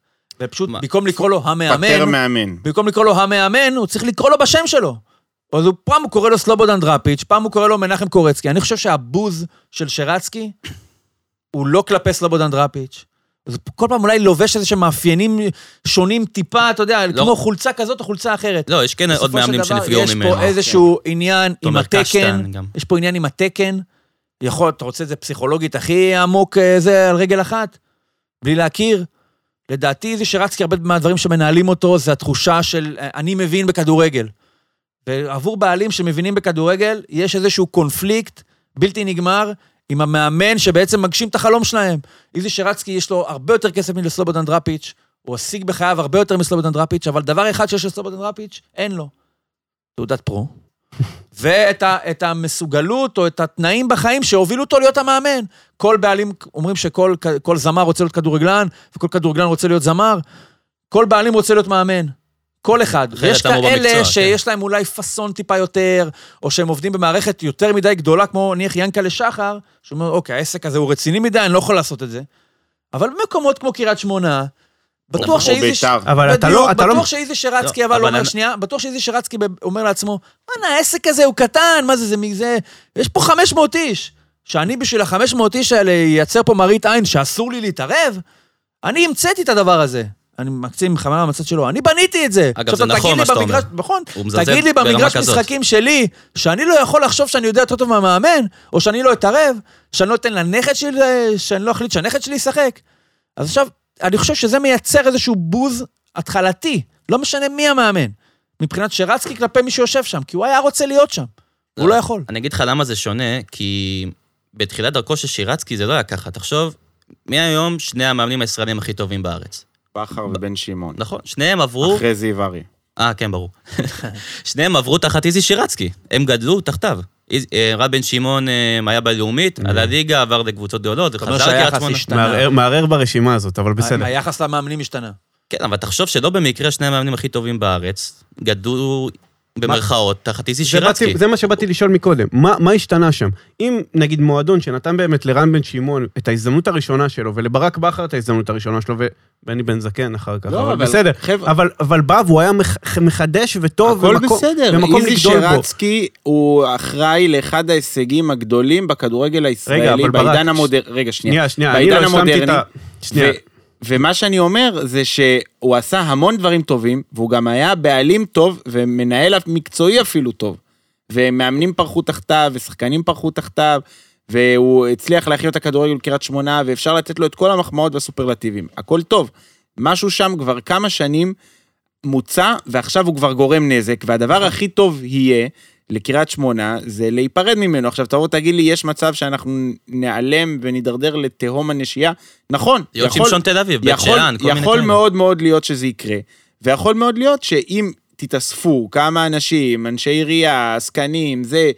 B: ופשוט,
C: מה?
B: במקום לקרוא לו
D: פטר
B: המאמן,
D: מאמן.
B: במקום לקרוא לו המאמן, הוא צריך לקרוא לו בשם שלו. אז הוא, פעם הוא קורא לו סלובודן דראפיץ', פעם הוא קורא לו מנחם קורצקי. אני חושב שהבוז של שרצקי הוא לא כלפי סלובודן דראפיץ'. אז הוא כל פעם אולי לובש איזה שהם מאפיינים שונים טיפה, אתה יודע,
C: לא.
B: כמו חולצה כזאת או חולצה אחרת.
C: לא, יש כן עוד
B: בסופו של
C: מאמנים
B: דבר,
C: שנפגעו
B: יש
C: ממנו. כן.
B: פה איזשהו עניין עם
C: תומר
B: התקן,
C: קשטן גם.
B: יש פה עניין עם התקן. יכול, אתה רוצה את זה פסיכולוגית הכי עמוק, אה, זה על רגל אחת, בלי להכיר. לדעתי זה שרצקי, הרבה מהדברים שמנהלים אותו, זה התחושה של אה, אני מבין בכדורגל. ועבור בעלים שמבינים בכדורגל, יש איזשהו קונפליקט בלתי נגמר עם המאמן שבעצם מגשים את החלום שלהם. איזי שרצקי, יש לו הרבה יותר כסף מלסלובודן דראפיץ', הוא השיג בחייו הרבה יותר מסלובודן דראפיץ', אבל דבר אחד שיש לסלובודן דראפיץ', אין לו. תעודת פרו. [laughs] ואת ה, את המסוגלות או את התנאים בחיים שהובילו אותו להיות המאמן. כל בעלים, אומרים שכל כל זמר רוצה להיות כדורגלן, וכל כדורגלן רוצה להיות זמר. כל בעלים רוצה להיות מאמן. כל אחד.
C: אחרת
B: ויש
C: אתה אמור
B: כאלה
C: במקצוע, כן.
B: שיש להם אולי פאסון טיפה יותר, או שהם עובדים במערכת יותר מדי גדולה, כמו נניח ינקלה שחר, שאומר, אוקיי, העסק הזה הוא רציני מדי, אני לא יכול לעשות את זה. אבל במקומות כמו קריית שמונה, בטוח
C: נכון,
D: או
B: שאיזי...
D: בית"ר.
E: אבל אתה לא, אתה
B: בדיוק,
E: לא,
B: בטוח שאיזי שרצקי
C: לא,
B: אבל
C: אבל
B: אומר,
C: אני-
B: שנייה, בטוח שאיזי שרצקי ב- אומר לעצמו, וואנה, העסק הזה הוא קטן, מה זה, זה מזה, יש פה 500 איש. שאני בשביל ה-500 איש האלה אייצר פה מראית עין שאסור לי להתערב? אני המצאתי את הדבר הזה. אני מקצין בכוונה מהמצד שלו, אני בניתי את זה.
C: אגב,
B: עכשיו,
C: זה
B: אתה
C: נכון
B: תגיד לי
C: מה שאתה
B: במגרש-
C: אומר.
B: נכון,
C: הוא מזלזל
B: תגיד לי
C: ברמה
B: במגרש
C: כזאת.
B: משחקים שלי, שאני לא יכול לחשוב שאני יודע יותר טוב מהמאמן, או שאני לא אתערב, שאני לא אתן לנכד שלי, שאני לא אחליט שהנכד שלי ישחק. אז עכשיו, אני חושב שזה מייצר איזשהו בוז התחלתי, לא משנה מי המאמן, מבחינת שרצקי כלפי מי שיושב שם, כי הוא היה רוצה להיות שם, הוא לא יכול.
C: אני אגיד לך למה זה שונה, כי בתחילת דרכו של שירצקי זה לא היה ככה. תחשוב, מהיום שני המאמנים הישראלים הכי טובים בארץ.
D: בכר ובן שמעון.
C: נכון? שניהם עברו...
D: אחרי זיו ארי.
C: אה, כן, ברור. [laughs] שניהם עברו תחת איזי שירצקי. הם גדלו תחתיו. איז- אה, רן בן שמעון אה, היה בלאומית,
D: Mm.
C: עלה ליגה, עבר לקבוצות גדולות,
B: אומר
C: וחזר
B: שהיחס
C: קריית שמונה.
B: השתנה.
E: מערער- מערער ברשימה הזאת, אבל בסדר.
B: היחס למאמנים השתנה.
C: כן, אבל תחשוב שלא במקרה שני המאמנים הכי טובים בארץ גדלו במרכאות תחת איזי
E: זה
C: שירצקי.
E: באתי- זה מה שבאתי לשאול מקודם, מה, מה השתנה שם? אם נגיד מועדון שנתן באמת לרן בן שמעון את ההזדמנות הראשונה שלו, ולברק בכר את ההזדמנות הראשונה שלו, ובני בן זקן אחר כך,
D: לא,
E: אבל,
D: אבל-
E: בסדר,
D: חבר'ה-
E: אבל, אבל בא והוא היה מח, מחדש וטוב,
D: הכל
E: ומקום-
D: בסדר.
E: ומקום
D: איזי
E: לא, לגדול בו.
D: שרצקי הוא אחראי לאחד ההישגים הגדולים בכדורגל הישראלי
E: אבל ברק,
D: בעידן
E: ש-
D: המודרני. רגע, שנייה.
E: שנייה, שנייה, אני
D: בעידן
E: לא השלמתי את
D: המודרני.
E: ה... שנייה,
D: ו- ומה שאני אומר זה שהוא עשה המון דברים טובים, והוא גם היה בעלים טוב ומנהל מקצועי אפילו טוב. ומאמנים פרחו תחתיו, ושחקנים פרחו תחתיו, והוא הצליח להחיות את הכדורגל בקריית שמונה, ואפשר לתת לו את כל המחמאות והסופרלטיבים. הכל טוב. משהו שם כבר כמה שנים מוצע, ועכשיו הוא כבר גורם נזק, והדבר הכי טוב יהיה לקריית שמונה, זה להיפרד ממנו. עכשיו תבוא תגיד לי, יש מצב שאנחנו נעלם ונידרדר לתהום הנשייה? נכון,
C: להיות שמשון תל אביב, בית
D: יכול,
C: שאן, כל מיני
D: יכול
C: כאלה.
D: מאוד מאוד להיות שזה יקרה, ויכול מאוד להיות שאם תתאספו כמה אנשים, אנשי עירייה, עסקנים, זה,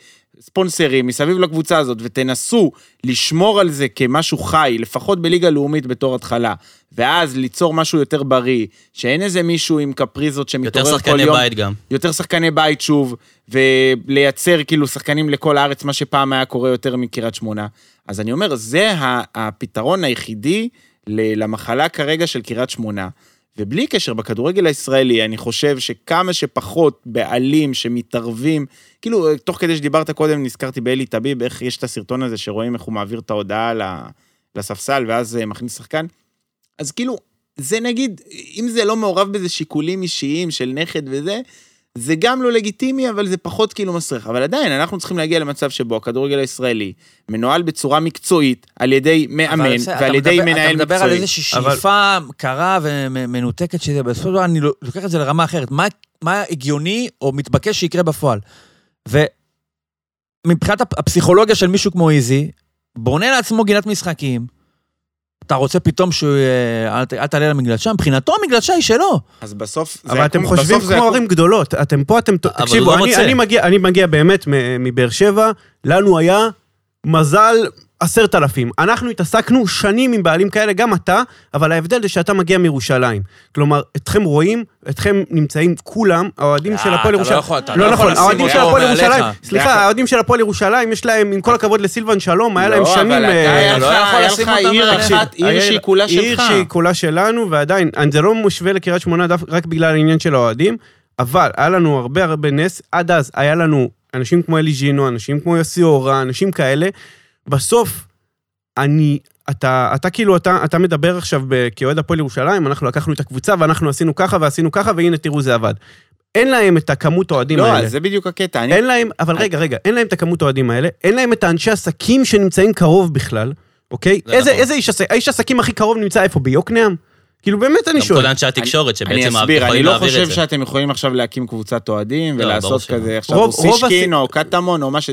D: ספונסרים מסביב לקבוצה הזאת, ותנסו לשמור על זה כמשהו חי, לפחות בליגה לאומית בתור התחלה, ואז ליצור משהו יותר בריא, שאין איזה מישהו עם קפריזות
C: יותר
D: שמתעורר כל
C: שחקני
D: יום,
C: בית גם.
D: יותר שחקני בית שוב, ולייצר כאילו שחקנים לכל הארץ, מה שפעם היה קורה יותר מקריית שמונה. אז אני אומר, זה ה- הפתרון היחידי ל- למחלה כרגע של קריית שמונה. ובלי קשר, בכדורגל הישראלי, אני חושב שכמה שפחות בעלים שמתערבים, כאילו, תוך כדי שדיברת קודם, נזכרתי באלי טביב, איך יש את הסרטון הזה שרואים איך הוא מעביר את ההודעה ל- לספסל, ואז אה, מכניס שחקן. אז כאילו, זה נגיד, אם זה לא מעורב בזה שיקולים אישיים של נכד וזה, זה גם לא לגיטימי, אבל זה פחות כאילו מסריח. אבל עדיין, אנחנו צריכים להגיע למצב שבו הכדורגל הישראלי מנוהל בצורה מקצועית על ידי מאמן
B: אבל בסדר,
D: ועל
B: אתה
D: ידי
B: מדבר-
D: מנהל
B: אתה מדבר על
D: מקצועי.
B: איזושהי שאיפה קרה ומנותקת שזה, בסופו של דבר אני לא- לוקח את זה לרמה אחרת. מה- מה הגיוני או מתבקש שיקרה בפועל? ומבחינת הפ- הפסיכולוגיה של מישהו כמו איזי, בונה לעצמו גינת משחקים. אתה רוצה פתאום שהוא... אה, אל ת- אל תעלה למגלשה? מבחינתו המגלשה היא שלו.
D: אז בסוף, זה
E: אבל אתם
D: הכל-
E: חושבים
D: בסוף זה
E: כמו
D: הכל-
E: ערים גדולות, אתם פה, אתם...
C: אבל
E: תקשיבו,
C: הוא לא
E: אני-
C: רוצה.
E: אני מגיע- אני מגיע באמת מ- מבאר שבע, לנו היה מזל עשרת אלפים. אנחנו התעסקנו שנים עם בעלים כאלה, גם אתה, אבל ההבדל זה שאתה מגיע מירושלים. כלומר, אתכם רואים, אתכם נמצאים כולם,
D: אה,
E: האוהדים של הפועל ירושלים... לא נכון, האוהדים של הפועל ירושלים, סליחה,
D: אתה-
E: האוהדים של הפועל ירושלים, יש להם, עם כל הכבוד לסילבן שלום, היה להם
D: לא,
E: שנים...
D: אבל אתה,
E: אה,
D: היה
B: לא
D: לך-
B: יכול
D: היה
B: לשים
D: לך
B: אותם
D: עיר
B: עליך.
D: אחת, עיר
E: היה-
D: שהיא כולה שלך.
E: עיר שהיא כולה שלנו, ועדיין, אני- זה לא מושווה לקריית שמונה דף- רק בגלל העניין של האוהדים, אבל היה לנו הרבה הרבה נס, עד אז היה לנו אנשים כמו אלי ז'ינו, אנשים כמו יוסי אורה, אנשים כאלה. בסוף, אני, אתה, אתה כאילו, אתה, אתה מדבר עכשיו ב- כאוהד הפועל ירושלים, אנחנו לקחנו את הקבוצה ואנחנו עשינו ככה ועשינו ככה, והנה תראו זה עבד. אין להם את הכמות האוהדים
D: לא,
E: האלה.
D: אז זה בדיוק הקטע. אני-
E: אין להם, אבל רגע, רגע, אין להם את הכמות האוהדים האלה, אין להם את האנשי עסקים שנמצאים קרוב בכלל, אוקיי?
C: זה
E: איזה
C: נכון.
E: איזה איש עסק- האיש עסקים הכי קרוב נמצא איפה? ביוקנעם? כאילו, באמת אני
C: גם כל
E: שואל.
C: אנשי התקשורת
D: אני
C: שבעצם
D: אסביר, אני
C: יכולים
D: לא
C: להעביר את
D: חושב
C: זה.
D: שאתם יכולים עכשיו להקים קבוצת אוהדים
C: לא, ברור
D: ולעשות
C: שלא.
D: כזה עכשיו
E: רוב-
D: רוב
E: רוב
D: סישקין
E: הס-
D: או קטמון או מה ש...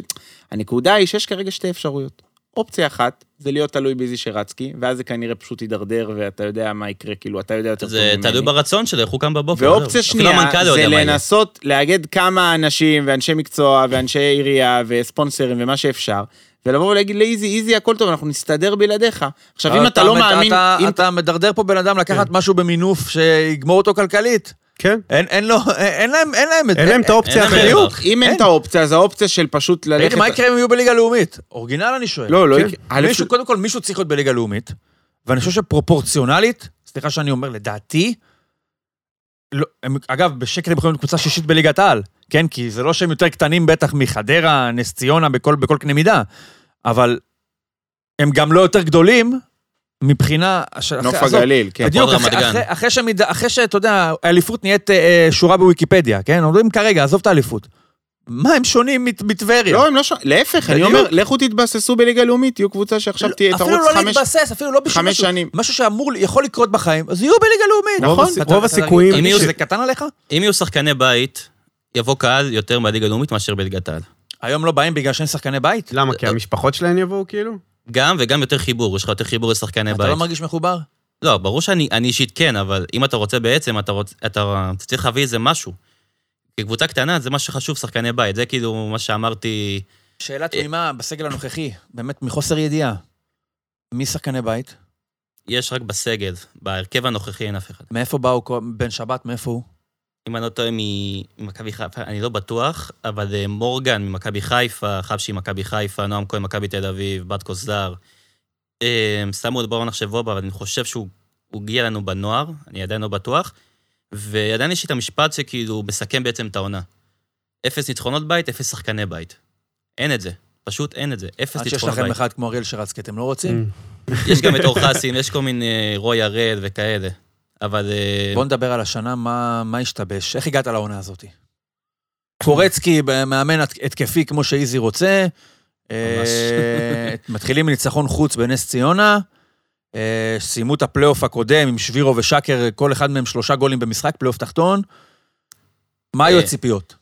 D: הנקודה היא שיש כרגע שתי אפשרויות. אופציה אחת, זה להיות תלוי באיזי שרצקי, ואז זה כנראה פשוט יידרדר ואתה יודע מה יקרה, כאילו, אתה יודע יותר טוב
C: זה
D: ממני.
C: תלוי ברצון שלו, איך הוא קם בבוקר. זהו.
D: ואופציה
C: אפילו
D: שנייה,
C: המנכ"ל לא
D: זה
C: יודע מה יהיה.
D: לנסות לאגד כמה אנשים ואנשי מקצוע ואנשי עירייה וספונסרים ומה שאפשר, ולבוא ולהגיד לאיזי, איזי הכל טוב, אנחנו נסתדר בלעדיך. עכשיו,
E: אה,
D: אם אתה לא
B: מת-
D: מאמין...
B: אה, אתה-
D: אם-
B: אתה מדרדר פה בן אדם לקחת
E: כן.
B: משהו במינוף שיגמור אותו כלכלית.
E: כן.
B: אין אין לו, אין להם, אין להם את
E: אין להם את האופציה
C: אה, אין להם
E: האחרת.
C: בריאות.
D: אם אין
B: אין.
D: את האופציה, אז האופציה של פשוט
B: תגידי,
D: ללכת...
B: מה יקרה אם הם יהיו בליגה לאומית? אורגינל אני שואל.
D: לא, לא
E: כן.
D: יקרה. א',
B: מישהו, קודם כל, מישהו צריך להיות בליגה לאומית, ואני חושב שפרופורציונלית, סליחה שאני אומר, לדעתי, לא, הם, אגב, בשקט הם יכולים להיות קבוצה שישית בליגת העל, כן? כי זה לא שהם יותר קטנים בטח מחדרה, נס ציונה, בכל, בכל קנה מידה, אבל הם גם לא יותר גדולים מבחינה... ש-
D: נוף
B: אחרי- עזוב,
D: הגליל, כן.
B: בדיוק,
C: הפועל
B: אחרי-
C: רמת גן.
B: אחרי- אחרי שהם יד- אחרי שאתה יודע, האליפות נהיית אה, אה, שורה בוויקיפדיה, כן? אומרים כרגע, עזוב את האליפות. מה, הם שונים מת- מטבריה.
D: לא, הם לא ש... להפך, אני
B: בדיוק.
D: אומר, לכו תתבססו בליגה לאומית, תהיו קבוצה שעכשיו תהיה, תרוץ
B: אפילו לא
D: חמש...
B: להתבסס, אפילו לא בשביל
D: חמש
B: משהו-
D: שנים.
B: משהו שאמור, יכול לקרות בחיים, אז יהיו בליגה לאומית.
E: רוב
B: נכון.
E: הס-
B: אתה-
E: רוב
B: אתה-
E: הסיכויים
B: אתה-
C: אם
B: מישהו,
C: יהיו-
B: זה קטן עליך?
C: אם יהיו שחקני בית, יבוא קהל יותר מהליגה הלאומית מאשר בליגת העל.
B: היום לא באים בגלל שאין שחקני בית?
E: למה?
C: אה,
E: כי המשפחות שלהם יבואו כאילו?
C: גם וגם יותר חיבור, יש לך יותר חיבור לשחקני
B: אתה לא
C: בית.
B: מרגיש מחובר?
C: לא, ברור שאני אני אישית כן, אבל אם אתה רוצה בעצם, אתה רוצ- אתה צריך להביא איזה משהו. כקבוצה קטנה זה מה שחשוב, שחקני בית. זה כאילו מה שאמרתי, אה.
B: שאלה תמימה בסגל הנוכחי, באמת מחוסר ידיעה. מי שחקני בית?
C: יש רק בסגל, בהרכב הנוכחי אין אף אחד.
B: מאיפה באו? כל- בן שבת, מאיפה הוא?
C: אם אני לא טועה, מ- ממכבי חיפה, אני לא בטוח, אבל אה, מורגן ממכבי חיפה, חבשי ממכבי חיפה, נועם כהן ממכבי תל אביב, בת כוזר. אה, שמו את בואו נחשב בו, אבל אני חושב שהוא הוא הגיע לנו בנוער, אני עדיין לא בטוח. ועדיין יש לי את המשפט שכאילו מסכם בעצם את העונה. אפס ניצחונות בית, אפס שחקני בית. אין את זה. פשוט אין את זה. אפס
B: עד שיש
C: ניצחונות
B: לכם
C: בית.
B: אחד כמו אריאל שרצקי, אתם לא
E: Mm.
C: כן.
B: רוצים?
C: יש גם את אור חסין, יש כל מיני אה, רוי הראל וכאלה. אבל... אה,
B: בואו נדבר על השנה, מה מה השתבש? איך הגעת לעונה הזאת? קורצקי, מאמן הת- התקפי כמו שאיזי רוצה. אה, מתחילים מניצחון חוץ בנס ציונה. אה, סיימו את הפלייאוף הקודם עם שבירו ושקר, כל אחד מהם שלושה גולים במשחק, פלייאוף תחתון. מה היו
C: אה,
B: הציפיות?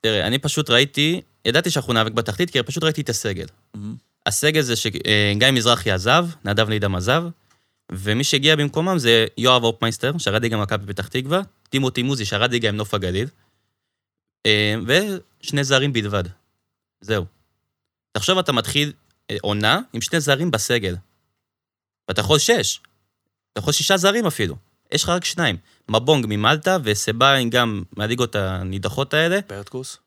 C: תראה, אני פשוט ראיתי, ידעתי שאנחנו ניאבק בתחתית, כי פשוט ראיתי את הסגל. הסגל זה שגיא מזרחי עזב, נדב לידם עזב, ומי שהגיע במקומם זה יואב אופמייסטר, שירד ליגה מכבי פתח תקווה, טימו טימוזי, שירד ליגה עם נוף הגליל, אה, ושני זרים בלבד. זהו. תחשוב, אתה מתחיל אה, עונה עם שני זרים בסגל. ואתה יכול שש. אתה יכול שישה זרים אפילו. יש לך רק שניים. מבונג ממלטה וסבאין גם מהליגות הנידחות האלה.
B: פרטקוס?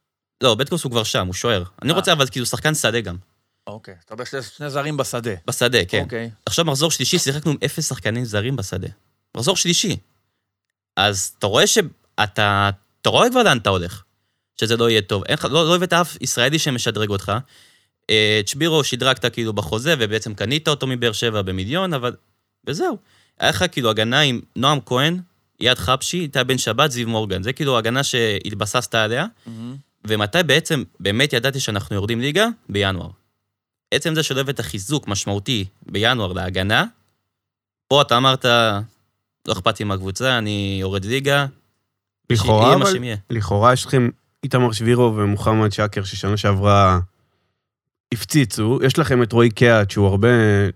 C: לא, בטקוס הוא כבר שם, הוא שוער. אני
B: אה.
C: רוצה אבל כאילו שחקן שדה גם.
B: אוקיי, אתה אומר שני- שני זרים בשדה.
C: בשדה, כן.
B: אוקיי.
C: עכשיו מחזור שלישי, שיחקנו עם אפס שחקנים זרים בשדה. מחזור שלישי. אז אתה רואה שאתה, אתה רואה כבר לאן אתה הולך, שזה לא יהיה טוב. אין, לך- לא, לא הבאת אף ישראלי שמשדרג אותך. אה, את שבירו שדרגת כאילו בחוזה, ובעצם קנית אותו מבאר שבע במיליון, אבל... וזהו. היה לך כאילו הגנה עם נועם כהן, יד חפשי, איתי בן שבת, זיו מורגן. זה כאילו הגנה שהתבססת עליה. ומתי בעצם באמת ידעתי שאנחנו יורדים ליגה? בינואר. עצם זה שלא הבאת חיזוק משמעותי בינואר להגנה, פה אתה אמרת, לא אכפת לי מהקבוצה, אני יורד ליגה,
E: לכאורה,
C: שיהיה מה
E: אבל...
C: שיהיה.
E: לכאורה יש לכם איתמר שבירו ומוחמד שקר, ששנה שעברה הפציצו. יש לכם את רועי קהת, שהוא הרבה...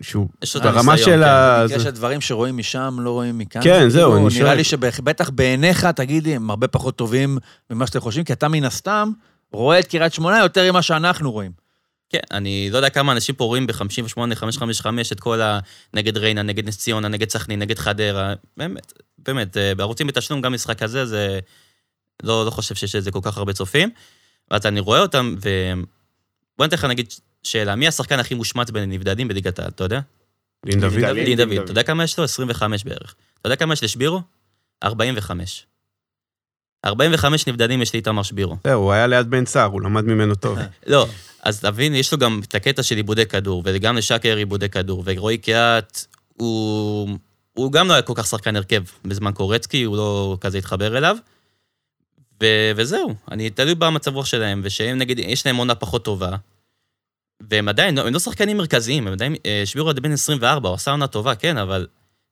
E: שהוא
C: יש לו את
E: ברמה
C: הניסיון,
E: של
C: כן.
E: ה...
B: יש
E: זה-
B: הדברים שרואים משם, לא רואים מכאן.
E: כן, זהו,
B: כאילו,
E: אני
B: נראה
E: שואל.
B: לי שבטח בעיניך, תגידי, הם הרבה פחות טובים ממה שאתם חושבים, כי אתה מן הסתם רואה את קריית שמונה יותר ממה שאנחנו רואים.
C: כן, אני לא יודע כמה אנשים פה רואים ב-58, 555 את כל ה... נגד ריינה, נגד נס ציונה, נגד סכנין, נגד חדרה. באמת, באמת, אה, בערוצים בתשלום גם משחק כזה, זה... לא, לא חושב שיש לזה כל כך הרבה צופים. ואז אני רואה אותם, ו... בוא נתן לך נגיד ש- שאלה, מי השחקן הכי מושמץ בנבדלים בליגת העל, אתה יודע?
E: דין דוד.
D: דוד.
C: דין דוד.
D: דוד.
C: אתה יודע כמה יש לו? 25 בערך. אתה יודע כמה יש לשבירו? 45. 45 נבדלים יש לאיתמר שבירו.
E: זהו, הוא היה ליד בן סער, הוא למד ממנו טוב.
C: לא, אז תבין, יש לו גם את הקטע של עיבודי כדור, וגם לשקר עיבודי כדור, ורועי קיאט, הוא... הוא גם לא היה כל כך שחקן הרכב בזמן קורצקי, הוא לא כזה התחבר אליו. ו... וזהו, אני תלוי במצב רוח שלהם, ושהם נגיד, יש להם עונה פחות טובה, והם עדיין, לא- הם לא שחקנים מרכזיים, הם עדיין, אה, שבירו עד בן 24, הוא עשה עונה טובה, כן, אבל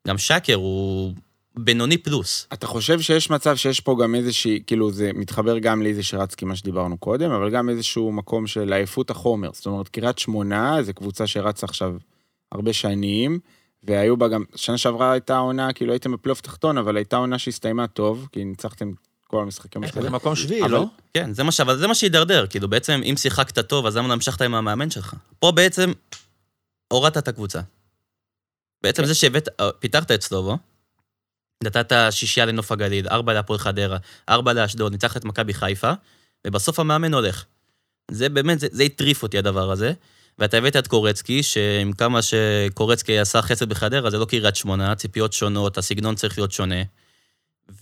C: גם שקר הוא בינוני פלוס.
D: אתה חושב שיש מצב שיש פה גם איזושהי, כאילו זה מתחבר גם לאיזה שרצקי, מה שדיברנו קודם, אבל גם איזשהו מקום של עייפות החומר. זאת אומרת, קריית שמונה זו קבוצה שרצה עכשיו הרבה שנים, והיו בה גם, שנה שעברה הייתה עונה, כאילו הייתם בפלייאוף תחתון, אבל הייתה עונה שהסתיימה טוב, כי ניצחתם כל המשחקים.
B: זה
D: האחרים.
B: מקום שביעי,
D: אבל-
B: לא?
C: כן, זה מה, ש- אבל זה מה שהידרדר, כאילו בעצם אם שיחקת טוב, אז למה לא המשכת עם המאמן שלך? פה בעצם הורדת את הקבוצה. בעצם
B: אוקיי.
C: זה שהבאת, אה, פיתחת את סלובו, נתת שישייה לנוף הגליל, ארבע להפועל חדרה, ארבע לאשדוד, ניצחת את מכבי חיפה, ובסוף המאמן הולך. זה באמת, זה, זה הטריף אותי הדבר הזה. ואתה הבאת את קורצקי, שעם כמה שקורצקי עשה חסד בחדרה, זה לא קריית שמונה, ציפיות שונות, הסגנון צריך להיות שונה.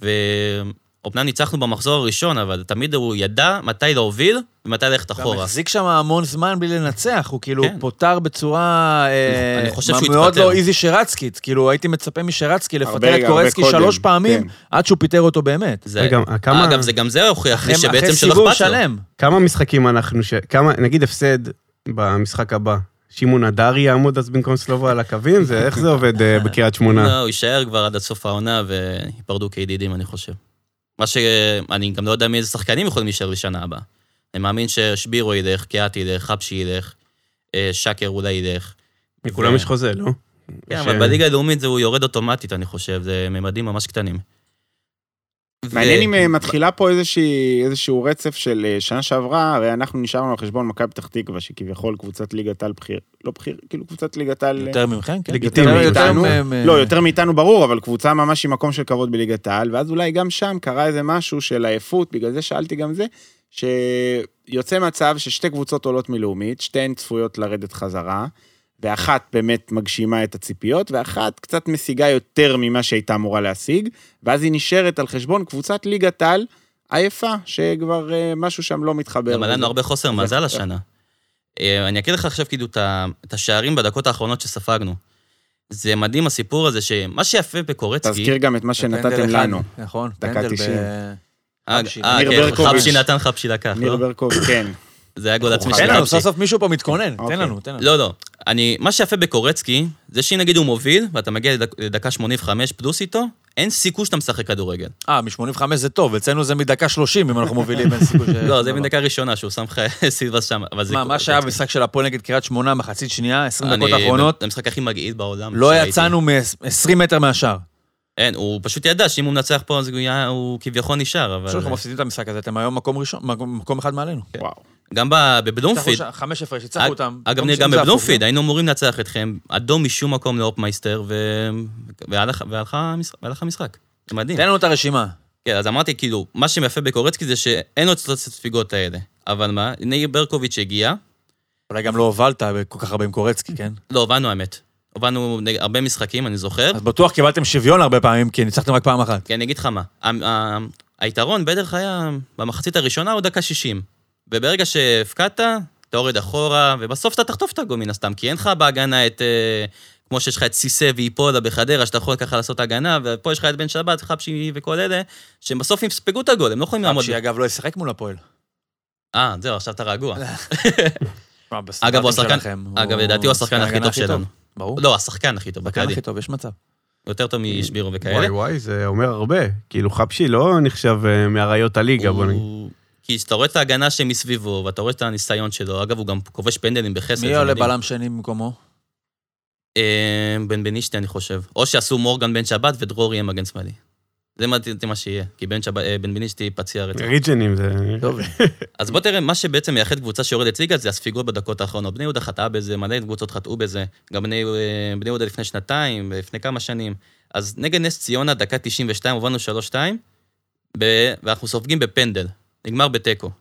C: ואומנם ניצחנו במחזור הראשון, אבל תמיד הוא ידע מתי להוביל ומתי ללכת
B: הוא
C: אחורה.
B: מחזיק שם המון זמן בלי לנצח, הוא כאילו
C: כן.
B: פוטר בצורה אה,
C: אני חושב שהוא
B: מאוד
C: התפטר.
B: לא איזי שרצקית, כאילו הייתי מצפה משרצקי לפטר
D: הרבה-
B: את
D: הרבה
B: קורצקי
D: קודם,
B: שלוש פעמים,
D: כן.
B: עד שהוא פיטר אותו באמת.
C: זה, אה,
E: רגע, כמה-
C: אגב, זה גם זה הוכיח לי
B: אחרי-
C: שבעצם
B: אחרי
C: שלא
B: סיבוב
C: אכפת לו.
B: שלם.
E: כמה משחקים אנחנו, ש... כמה, נגיד הפסד במשחק הבא, שמעון הדרי יעמוד אז במקום סלובה על הקווים? זה, איך זה עובד אה, בקריית שמונה?
C: לא, הוא יישאר כבר עד עד סוף העונה וייפרדו כידידים, אני חושב. מה שאני גם לא יודע מי איזה שחקנים יכולים להישאר לשנה הבאה. אני מאמין ששבירו ילך, קיאט ילך, חבשי ילך, אה, שקר אולי ילך.
E: לכולם יש חוזה, לא?
C: כן,
E: ש-
C: אבל בליגה הלאומית זה הוא יורד אוטומטית, אני חושב, זה ממדים ממש קטנים. ו-
D: מעניין אם אה, מתחילה פה איזושהי, איזשהו רצף של אה, שנה שעברה, הרי אנחנו נשארנו על חשבון מכבי פתח תקווה, שכביכול קבוצת ליגת על בכיר, לא בכיר, כאילו קבוצת ליגת על...
B: יותר ממכם, כן.
E: לגיטימי,
B: יותר- יותר
D: מאיתנו.
B: מהם, אה,
D: לא, יותר מאיתנו ברור, אבל קבוצה ממש עם מקום של כבוד בליגת העל, ואז אולי גם שם קרה איזה משהו של עייפות, בגלל זה שאלתי גם זה, שיוצא מצב ששתי קבוצות עולות מלאומית, שתיהן צפויות לרדת חזרה, ואחת באמת מגשימה את הציפיות, ואחת קצת משיגה יותר ממה שהייתה אמורה להשיג, ואז היא נשארת על חשבון קבוצת ליגת העל עייפה, שכבר אה, משהו שם לא מתחבר.
C: גם היה לנו הרבה חוסר מזל
D: זה-
C: השנה. אה, אני אקריא לך עכשיו כאילו את ה- את השערים בדקות האחרונות שספגנו. זה מדהים הסיפור הזה, שמה שיפה בקורצקי...
D: תזכיר גם את מה
B: פנדל
D: שנתתם
B: אחד,
D: לנו.
B: נכון,
D: דקה
B: פנדל
D: 90.
B: ב...
C: אה,
B: חבשי.
C: אה,
D: ניר
C: כן,
D: ברקוביץ'.
C: חבשי נתן, חבשי לקח,
D: ניר
C: לא?
D: ברקוביץ',
C: [laughs]
D: כן.
C: זה היה גול עצמי
B: תן
C: של
B: לנו,
C: חבשי.
B: סוף סוף מישהו פה מתכונן,
D: אוקיי.
B: תן לנו, תן לנו.
C: לא, לא. אני, מה שיפה בקורצקי, זה שאם נגיד הוא מוביל, ואתה מגיע לדק- לדקה 85 פלוס איתו, אין סיכוי שאתה משחק כדורגל.
B: אה, מ-85 זה טוב, אצלנו זה מדקה 30, אם אנחנו מובילים, אין סיכוי ש... לא.
C: לא, זה מדקה ראשונה שהוא שם לך [laughs] סילבס שם, אבל זה...
B: מה, מה שהיה במשחק של הפועל נגד קריית שמונה, מחצית שנייה, 20 דקות
C: אני-
B: אחרונות,
C: זה המשחק הכי מגעיל בעולם.
B: לא
C: שראיתי.
B: יצאנו מ-20 מטר מהשאר.
C: אין, הוא פשוט ידע שאם הוא מנצח פה, אז הוא יהיה- הוא כביכול נשאר, אבל...
B: פשוט אנחנו מפסידים את המשחק הזה, אתם היום מקום ראשון, מקום מקום אחד מעלינו.
C: כן.
D: וואו.
C: גם ב-
B: ניצחנו
C: בבלומפיד.
B: ש- חמש הפרש, ניצחנו
C: אג-
B: אותם.
C: אגב, ניר,
B: אם
C: גם
B: זה הפוך,
C: בבלומפיד,
B: לא?
C: היינו אמורים לנצח אתכם, אדום משום מקום לאופמייסטר, ו- והלך והלך המשחק- והלך המשחק. זה מדהים.
B: תן לנו את הרשימה.
C: כן, אז אמרתי, כאילו, מה שיפה בקורצקי זה שאין לו אצלו את הספיגות האלה. אבל מה, ניר ברקוביץ' הגיע,
B: אולי גם לא הובלת כל כך הרבה עם קורצקי, כן?
C: לא, הבנו האמת. הובלנו נג- הרבה משחקים, אני זוכר.
B: אז בטוח קיבלתם שוויון הרבה פעמים, כי ניצחתם רק פעם אחת.
C: כי אני אגיד לך מה, ה- ה- היתרון בדרך היה במחצית הראשונה או דקה 60. וברגע שהפקדת, אתה יורד אחורה, ובסוף אתה תחטוף את הגול מן הסתם, כי אין לך בהגנה את... אה, כמו שיש לך את סיסה ואיפולה בחדרה, שאתה יכול ככה לעשות הגנה, ופה יש לך את בן שבת, חבשי וכל אלה, שהם בסוף יספגו את הגול, הם לא יכולים לעמוד.
B: שהיא אגב לא ישחק מול הפועל.
C: אה, זהו, עכשיו אתה רגוע.
B: בסטנדרטים
C: הוא השחקן-
B: שלכם,
C: אגב, לדעתי הוא השחקן הכי
B: ההגנה
C: טוב שלנו.
B: ברור.
C: לא, השחקן הכי טוב,
B: השחקן
C: בכללי.
B: הכי טוב, יש מצב.
C: יותר טוב אה, משבירו וכאלה.
E: וואי וואי, זה אומר הרבה. כאילו חפשי לא נחשב אה, מאריות הליגה, בוא נגיד.
C: הוא- כי אתה רואה את ההגנה שמסביבו, ואתה רואה את הניסיון שלו. אגב, הוא גם כובש פנדלים בחסד.
B: מי
C: זה
B: עולה
C: מדהים.
B: בלם שני במקומו?
C: אה, בן בנישתי, אני חושב. או שעשו מורגן בן שבת ודרור יהיה מגן שמאלי. זה מה- זה מה שיהיה, כי בן שבת- אה, בן בנישתי פציע רצח.
E: ריג'נים זה...
B: טוב.
C: אז בוא תראה, מה שבעצם מייחד קבוצה שיורדת ליגה זה הספיגות בדקות האחרונות. בני יהודה חטאה בזה, מלא קבוצות חטאו בזה. גם בני, אה, בני יהודה לפני שנתיים, לפני כמה שנים. אז נגד נס ציונה, דקה 92, הובלנו 3-2, ב- ואנחנו סופגים בפנדל. נגמר בתיקו.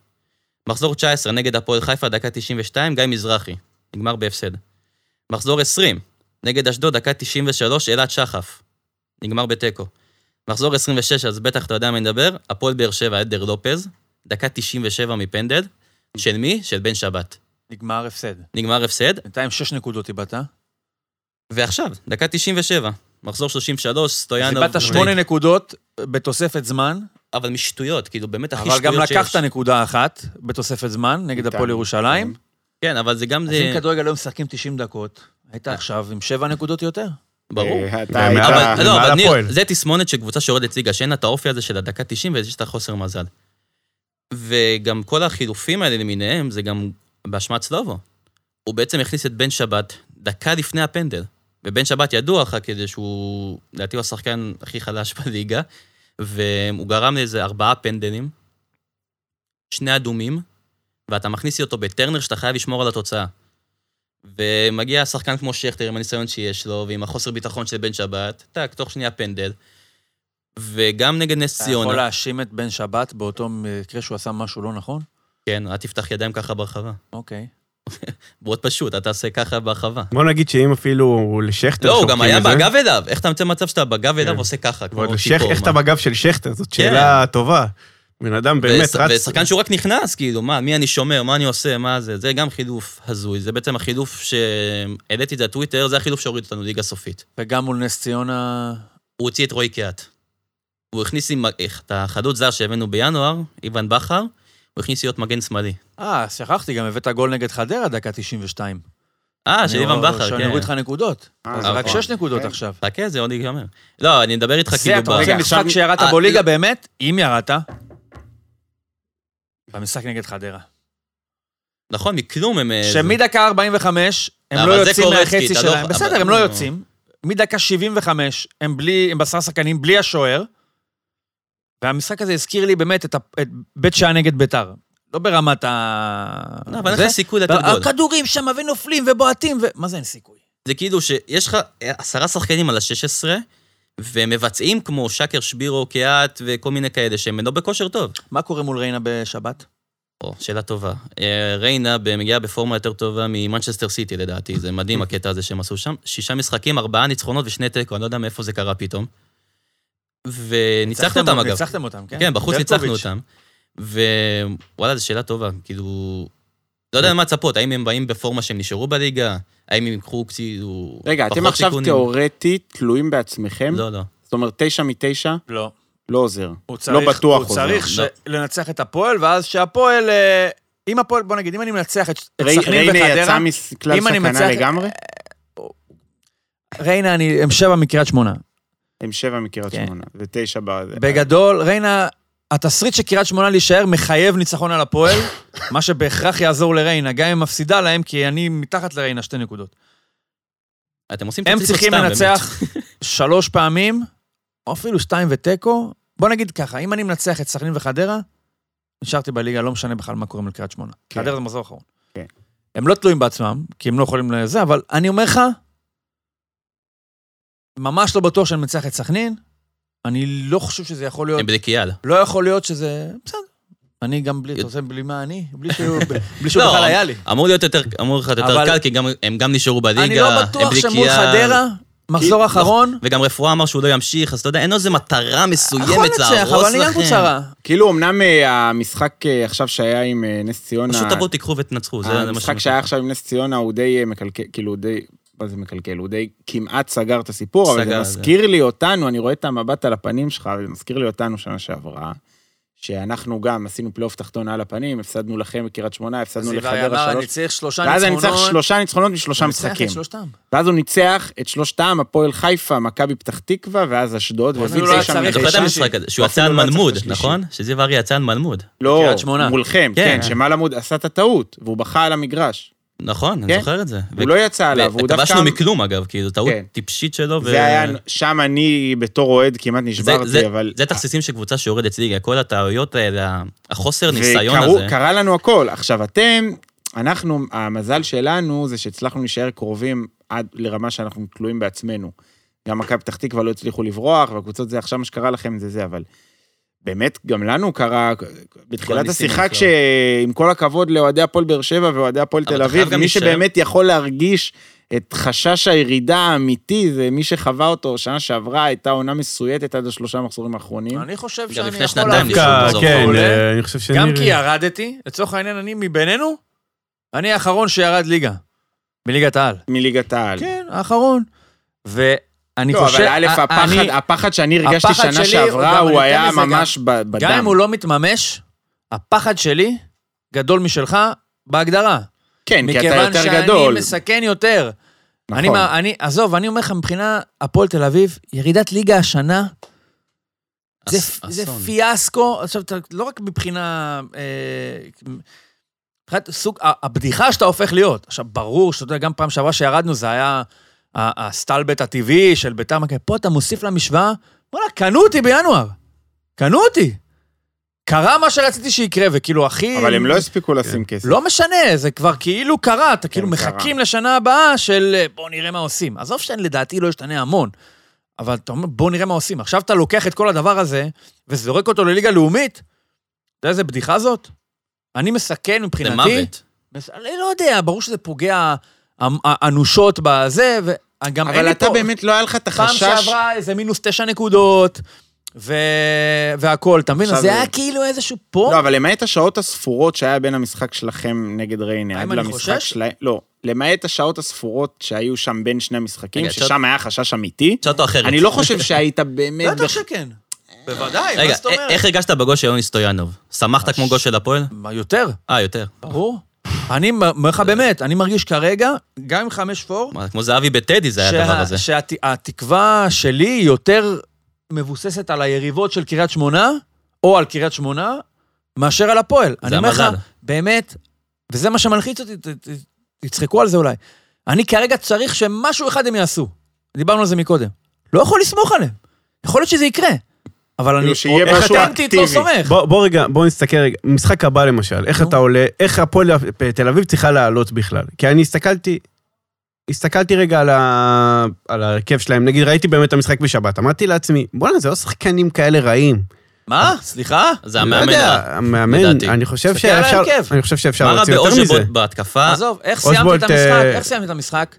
C: מחזור 19, נגד הפועל חיפה, דקה 92, גיא מזרחי. נגמר בהפסד. מחזור 20, נגד אשדוד, דקה 93, אלעד שחף. נגמר בתיקו. מחזור 26, אז בטח אתה יודע מה אני מדבר, הפועל באר שבע, עדר לופז, דקה 97 מפנדל, של מי? של בן שבת.
B: נגמר הפסד.
C: נגמר הפסד,
B: בינתיים שש נקודות אה? איבדת.
C: ועכשיו, דקה 97, מחזור 33,
B: אז
C: סטויאנוב...
B: איבדת שמונה נקודות בתוספת זמן,
C: אבל משטויות, כאילו, באמת הכי
B: אבל
C: שטויות
B: גם
C: שיש.
B: לקחת נקודה אחת בתוספת זמן נגד
D: איתנו.
B: הפועל ירושלים.
C: כן, אבל זה גם...
B: אז
C: זה-
B: אם כדורגל היו משחקים 90 דקות, היית עכשיו עם שבע נקודות יותר.
C: ברור.
D: אה, אתה
E: אבל-
C: אבל,
D: היית...
C: לא, אבל
E: מעל
C: ניר,
E: הפועל.
C: זה תסמונת של קבוצה שיורדת ליגה, שאין לה את האופי הזה של הדקה 90 ויש את החוסר מזל. וגם כל החילופים האלה למיניהם, זה גם באשמת סלובו. הוא בעצם הכניס את בן שבת דקה לפני הפנדל. ובן שבת ידוע לך כדי שהוא, לדעתי הוא השחקן הכי חלש [laughs] בליגה, והוא גרם לאיזה ארבעה פנדלים, שני אדומים, ואתה מכניס לי אותו בטרנר שאתה חייב לשמור על התוצאה. ומגיע שחקן כמו שכטר עם הניסיון שיש לו, ועם החוסר ביטחון של בן שבת, טק, תוך שנייה פנדל. וגם נגד נס
B: אתה יכול
C: ציונה,
B: להאשים את בן שבת באותו מקרה שהוא עשה משהו לא נכון?
C: כן, אל תפתח ידיים ככה ברחבה.
B: אוקיי.
C: מאוד פשוט, אתה תעשה ככה ברחבה.
E: בוא נגיד שאם אפילו לשכטר
C: לא, הוא גם
E: שורקים
C: היה
E: את זה,
C: בגב אליו. איך אתה מצא מצב שאתה בגב אליו
E: כן.
C: ועושה ככה, כמו
E: ועוד לשכ-
C: ציפור?
E: איך
C: כאילו, מה?
E: אתה בגב של שכטר? זאת שאלה טובה. בן אדם באמת
C: וש-
E: רץ...
C: ושחקן שהוא רק נכנס, כאילו, מה, מי אני שומר, מה אני עושה, מה זה, זה גם חילוף הזוי. זה בעצם החילוף שהעליתי את זה לטוויטר, זה החילוף שהוריד אותנו ליגה סופית.
B: וגם מול נס ציונה,
C: הוא הוציא את רועי קיאט. הוא הכניס עם איך, את החלוץ זר שהבאנו בינואר, איוון בכר, הוא הכניס להיות מגן שמאלי.
B: אה, שכחתי, גם הבאת גול נגד חדרה, דקה 92.
C: אה, של
B: אני- לא-
C: איוון בכר,
B: שאני אוריד לך
C: כן.
B: נקודות.
D: אה,
B: אז זה רק
C: נכון.
B: שש נקודות
D: כן.
B: עכשיו.
C: חכה, זה עוד ייגמר. לא, אני מדבר איתך
B: זה,
C: כאילו...
B: אתה
C: ב-
B: רוצה
D: רגע,
B: משחק
D: עכשיו-
B: שירדת
C: אה,
B: בו ליגה
C: לא.
B: באמת? אם ירדת, במשחק נגד חדרה.
C: נכון, מכלום הם... אה, זה-
B: שמדקה 45, הם
C: אבל
B: לא
C: זה
B: יוצאים
C: קורצקי,
B: מהחצי
C: אתה לא-
B: שלהם.
C: אבל-
B: בסדר, הם לא
C: לא.
B: יוצאים. מדקה 75, הם בלי, הם בעשרה שחקנים, בלי השוער. והמשחק הזה הזכיר לי באמת את ה- את בית שעה נגד ביתר. לא ברמת ה...
C: לא, אבל אין
B: זה.
C: לך סיכוי לתת גול.
B: הכדורים שם ונופלים ובועטים ו... מה זה אין סיכוי?
C: זה כאילו שיש לך עשרה שחקנים על ה-16, ומבצעים כמו שקר שבירו, קיאט וכל מיני כאלה שהם לא בכושר טוב.
B: מה קורה מול ריינה בשבת?
C: או, שאלה טובה. אה, ריינה מגיעה בפורמה יותר טובה ממנצ'סטר סיטי לדעתי, זה מדהים הקטע הזה שהם עשו שם. שישה משחקים, ארבעה ניצחונות ושני תיקו, אני לא יודע מאיפה זה קרה פתאום. וניצחנו אותם אגב.
B: ניצחתם אותם, כן?
C: כן, בחוץ ניצחנו
B: ברקוביץ'.
C: אותם. ווואלה, זו שאלה טובה, כאילו... לא יודע מה לצפות, האם הם באים בפורמה שהם נשארו בליגה? האם הם יקחו כאילו...
D: רגע, אתם
C: פחות
D: עכשיו
C: סיכונים?
D: תיאורטית תלויים בעצמכם?
C: לא, לא.
D: זאת אומרת, תשע מתשע
B: לא.
D: לא עוזר.
B: הוא צריך,
D: בטוח
B: הוא
D: עוזר.
B: צריך ש... לנצח את הפועל, ואז שהפועל... אה, אם הפועל, בוא נגיד, אם אני מנצח את את
D: ריי-
B: סכנין
D: ריינה יצא
B: וחדרה...
D: מכלל
B: אם אני
D: סכנה
B: מצליח-
D: לגמרי?
B: ריינה, אני... הם שבע מקריית שמונה.
D: הם שבע מקריית
B: כן.
D: שמונה, ותשע ב...
B: בגדול, ריינה, התסריט של קריית שמונה להישאר מחייב ניצחון על הפועל, מה שבהכרח יעזור לריינה, גם אם מפסידה להם, כי אני מתחת לריינה שתי נקודות.
C: אתם עושים את
B: הם
C: הציצות
B: צריכים
C: סתם, באמת. [laughs]
B: לנצח שלוש פעמים, או אפילו שתיים ותיקו. בוא נגיד ככה, אם אני מנצח את סכנין וחדרה, נשארתי בליגה, לא משנה בכלל מה קוראים לקריית שמונה.
D: כן.
B: חדרה זה מחזור אחרון.
D: כן.
B: הם לא תלויים בעצמם, כי הם לא יכולים לזה, אבל אני אומר לך, ממש לא בטוח שאני מנצח את סכנין, אני לא חושב שזה יכול להיות...
C: הם בלי קיאל.
B: לא יכול להיות שזה... בסדר. אני גם בלי, אתה עושה בלי מה אני? בלי
C: [laughs]
B: שהוא בלי שהוא
C: לא,
B: בכלל היה לי.
C: אמור להיות יותר, אמור לך יותר
B: אבל-
C: קל, כי גם- הם גם נשארו בליגה, הם
B: אני
C: בלי קיאה.
B: לא בטוח שמול חדרה, מחזור
C: כי-
B: אחרון,
C: נכון, וגם רפואה אמר שהוא לא ימשיך, אז אתה יודע, אין לו איזה מטרה מסוימת
B: יכול
C: להרוס לכם.
B: לנצח, נכון, אבל אני לא גם קבוצה רעה.
D: כאילו, אמנם אה, המשחק אה, עכשיו שהיה עם אה, נס ציונה...
C: פשוט תבואו, תיקחו ותנצחו, זה זה מה
D: המשחק שהיה עכשיו עם נס ציונה הוא די אה, מקלקל, כאילו הוא די, מה זה מקלקל? הוא די כמעט סגר את הסיפור, אבל זה
C: סגר,
D: מזכיר לי אותנו, אני רואה את המבט על הפנים שלך, זה מזכיר לי אותנו שנה שעברה, שאנחנו גם עשינו פלייאוף תחתון על הפנים, הפסדנו לכם בקריית שמונה, הפסדנו לחדרה
B: אני
D: שלוש,
B: צריך שלושה ניצחונות.
D: ואז אני צריך שלושה ניצחונות משלושה
B: הוא ניצח את
D: משחקים.
B: שלושתם.
D: ואז הוא ניצח את שלושתם, הפועל חיפה, מכבי פתח תקווה, ואז אשדוד, והביא
B: אפילו לא היה
D: תשע
B: צריך
C: אתה זוכר את
D: מתשע.
C: המשחק הזה, שהוא
D: הוא
C: יצא על
D: אפילו לא היה צריך את
C: מלמוד,
D: השלישי.
C: נכון? שזיו ארי יצא על מלמוד,
D: לא,
B: בקריית שמונה.
D: מולכם,
C: כן.
D: כן, שמלמוד עשה את הטעות, והוא בכה על המגרש.
C: נכון, אני
D: כן.
C: זוכר את זה. ו-
D: הוא לא יצא עליו, הוא דווקא...
C: וכבשנו מכלום אגב, כי זו טעות
D: כן.
C: טיפשית שלו. לא, ו-
D: זה היה, שם אני בתור אוהד כמעט
C: זה-
D: נשברתי,
C: זה-
D: אבל...
C: זה תכסיסים של קבוצה שיורדת ליגה, כל הטעויות האלה, החוסר ניסיון
D: וקרו-
C: הזה.
D: קרה לנו הכל. עכשיו, אתם, אנחנו, המזל שלנו זה שהצלחנו להישאר קרובים עד לרמה שאנחנו תלויים בעצמנו. גם מכבי פתח תקווה לא הצליחו לברוח, והקבוצות זה עכשיו מה שקרה לכם זה זה, אבל... באמת, גם לנו קרה, בתחילת
C: ניסינו,
D: השיחה,
C: כן.
D: כשעם כל הכבוד לאוהדי הפועל באר שבע ואוהדי הפועל
C: אבל
D: תל
C: אתה חייב
D: אביב,
C: גם
D: מי
C: להישאר-
D: שבאמת יכול להרגיש את חשש הירידה האמיתי, זה מי שחווה אותו שנה שעברה, הייתה עונה מסויטת עד השלושה מחזורים האחרונים.
B: אני חושב
C: גם
B: שאני
C: לפני
B: יכול
C: שנתיים
B: להבין.
C: ניסו
E: דווקא,
C: לעזור,
E: כן,
B: הוא עולה.
E: אה, אני חושב שניר...
B: גם כי ירדתי, לצורך העניין אני מבינינו, אני האחרון שירד ליגה, מליגת העל.
D: מליגת העל.
B: כן, האחרון. ואני
D: לא,
B: חושב...
D: אבל א',
B: א-
D: הפחד,
B: אני-
D: הפחד שאני הרגשתי
B: הפחד
D: שנה
B: שלי,
D: שעברה,
B: גם אני
D: הוא
B: אתן
D: היה
B: לזה גם-
D: ממש ב- בדם.
B: גם אם הוא לא מתממש, הפחד שלי גדול משלך בהגדרה.
D: כן, כי אתה יותר
B: מכיוון
D: גדול.
B: שאני מסכן יותר.
D: נכון.
B: אני, מה- אני, עזוב, אני אומר לך, מבחינה הפועל תל אביב, ירידת ליגה השנה, זה,
C: אס-
B: זה
C: אסון.
B: פיאסקו, עכשיו, אתה, לא רק מבחינה... אה, מבחינת סוג, ה- הבדיחה שאתה הופך להיות. עכשיו, ברור שאתה יודע, גם פעם שעברה שירדנו, זה היה ה- הסטלבט הטבעי של ביתר מכבי. פה אתה מוסיף למשוואה, וואלה, קנו אותי בינואר. קנו אותי. קרה מה שרציתי שיקרה, וכאילו, הכי...
D: אבל הם לא הספיקו לשים כסף.
B: לא משנה, זה כבר כאילו קרה, אתה כאילו
D: כן, קרה.
B: מחכים לשנה הבאה של אה, בוא נראה מה עושים. עזוב שלדעתי לא ישתנה המון, אבל אתה אומר בוא נראה מה עושים. עכשיו אתה לוקח את כל הדבר הזה וזורק אותו לליגה לאומית, אתה יודע איזה בדיחה זאת? אני מסכן
C: זה
B: מבחינתי.
C: מוות.
B: מס- אני לא יודע, ברור שזה פוגע אמ- אנושות בזה, וגם אין
D: אבל
B: לי פה...
D: אתה באמת, לא היה לך את
B: פעם
D: החשש...
B: שעברה איזה מינוס תשע נקודות, ו... והכול, אתה מבין?
D: עכשיו
B: אז זה
D: זה-
B: היה כאילו איזשהו פה.
D: לא, אבל למעט השעות הספורות שהיה בין המשחק שלכם נגד ריינה,
B: האם
D: עד
B: אני
D: למשחק
B: חושש?
D: שלהם... לא, למעט השעות הספורות שהיו שם בין שני המשחקים,
C: רגע,
D: ששם היה חשש אמיתי,
C: תשאל אותו אחרת.
D: אני לא חושב שהיית באמת...
B: בטח
D: בח-
B: שכן. בוודאי,
C: רגע,
B: מה זאת אומרת? אה,
C: א- איך הרגשת בגול של יוני סטויאנוב? שמחת כמו גול של הפועל?
B: מה, יותר,
C: אה, יותר.
B: ברור. אני מ- אומר לך באמת, אני מרגיש כרגע, גם עם חמש פור,
C: מה, כמו זהבי בטדי זה היה הדבר הזה.
B: שהתקווה שלי היא יותר מבוססת על היריבות של קריית שמונה, או על קריית שמונה, מאשר על הפועל.
C: זה
B: אני אומר לך,
C: המזל.
B: באמת, וזה מה שמלחיץ אותי, ת- ת- תצחקו על זה אולי. אני כרגע צריך שמשהו אחד הם יעשו. דיברנו על זה מקודם. לא יכול לסמוך עליהם. יכול להיות שזה יקרה. אבל אני,
D: כאילו שיהיה
B: איך
D: משהו
B: אטנטית לא
D: אקטיבי.
B: סומך.
E: בוא, בוא רגע, בוא נסתכל רגע. משחק הבא למשל, איך
B: נו.
E: אתה עולה, איך הפועל תל אביב צריכה לעלות בכלל? כי אני הסתכלתי, הסתכלתי רגע על, ה, על ההרכב שלהם, נגיד ראיתי באמת את המשחק בשבת, אמרתי לעצמי, בואנה, זה לא שחקנים כאלה רעים.
B: מה? סליחה?
C: זה
E: לא
C: המאמן.
E: יודע,
C: הרע.
E: המאמן,
C: לדעתי.
E: אני חושב
B: תסתכל על
E: שאפשר,
B: ההרכב.
E: אני חושב שאפשר
C: מה רע
E: להוציא יותר מזה.
C: באוז'בוט בהתקפה?
B: עזוב, איך סיימתי
E: אוסבולט,
B: את המשחק?
E: אה,
B: איך סיימתי את המשחק?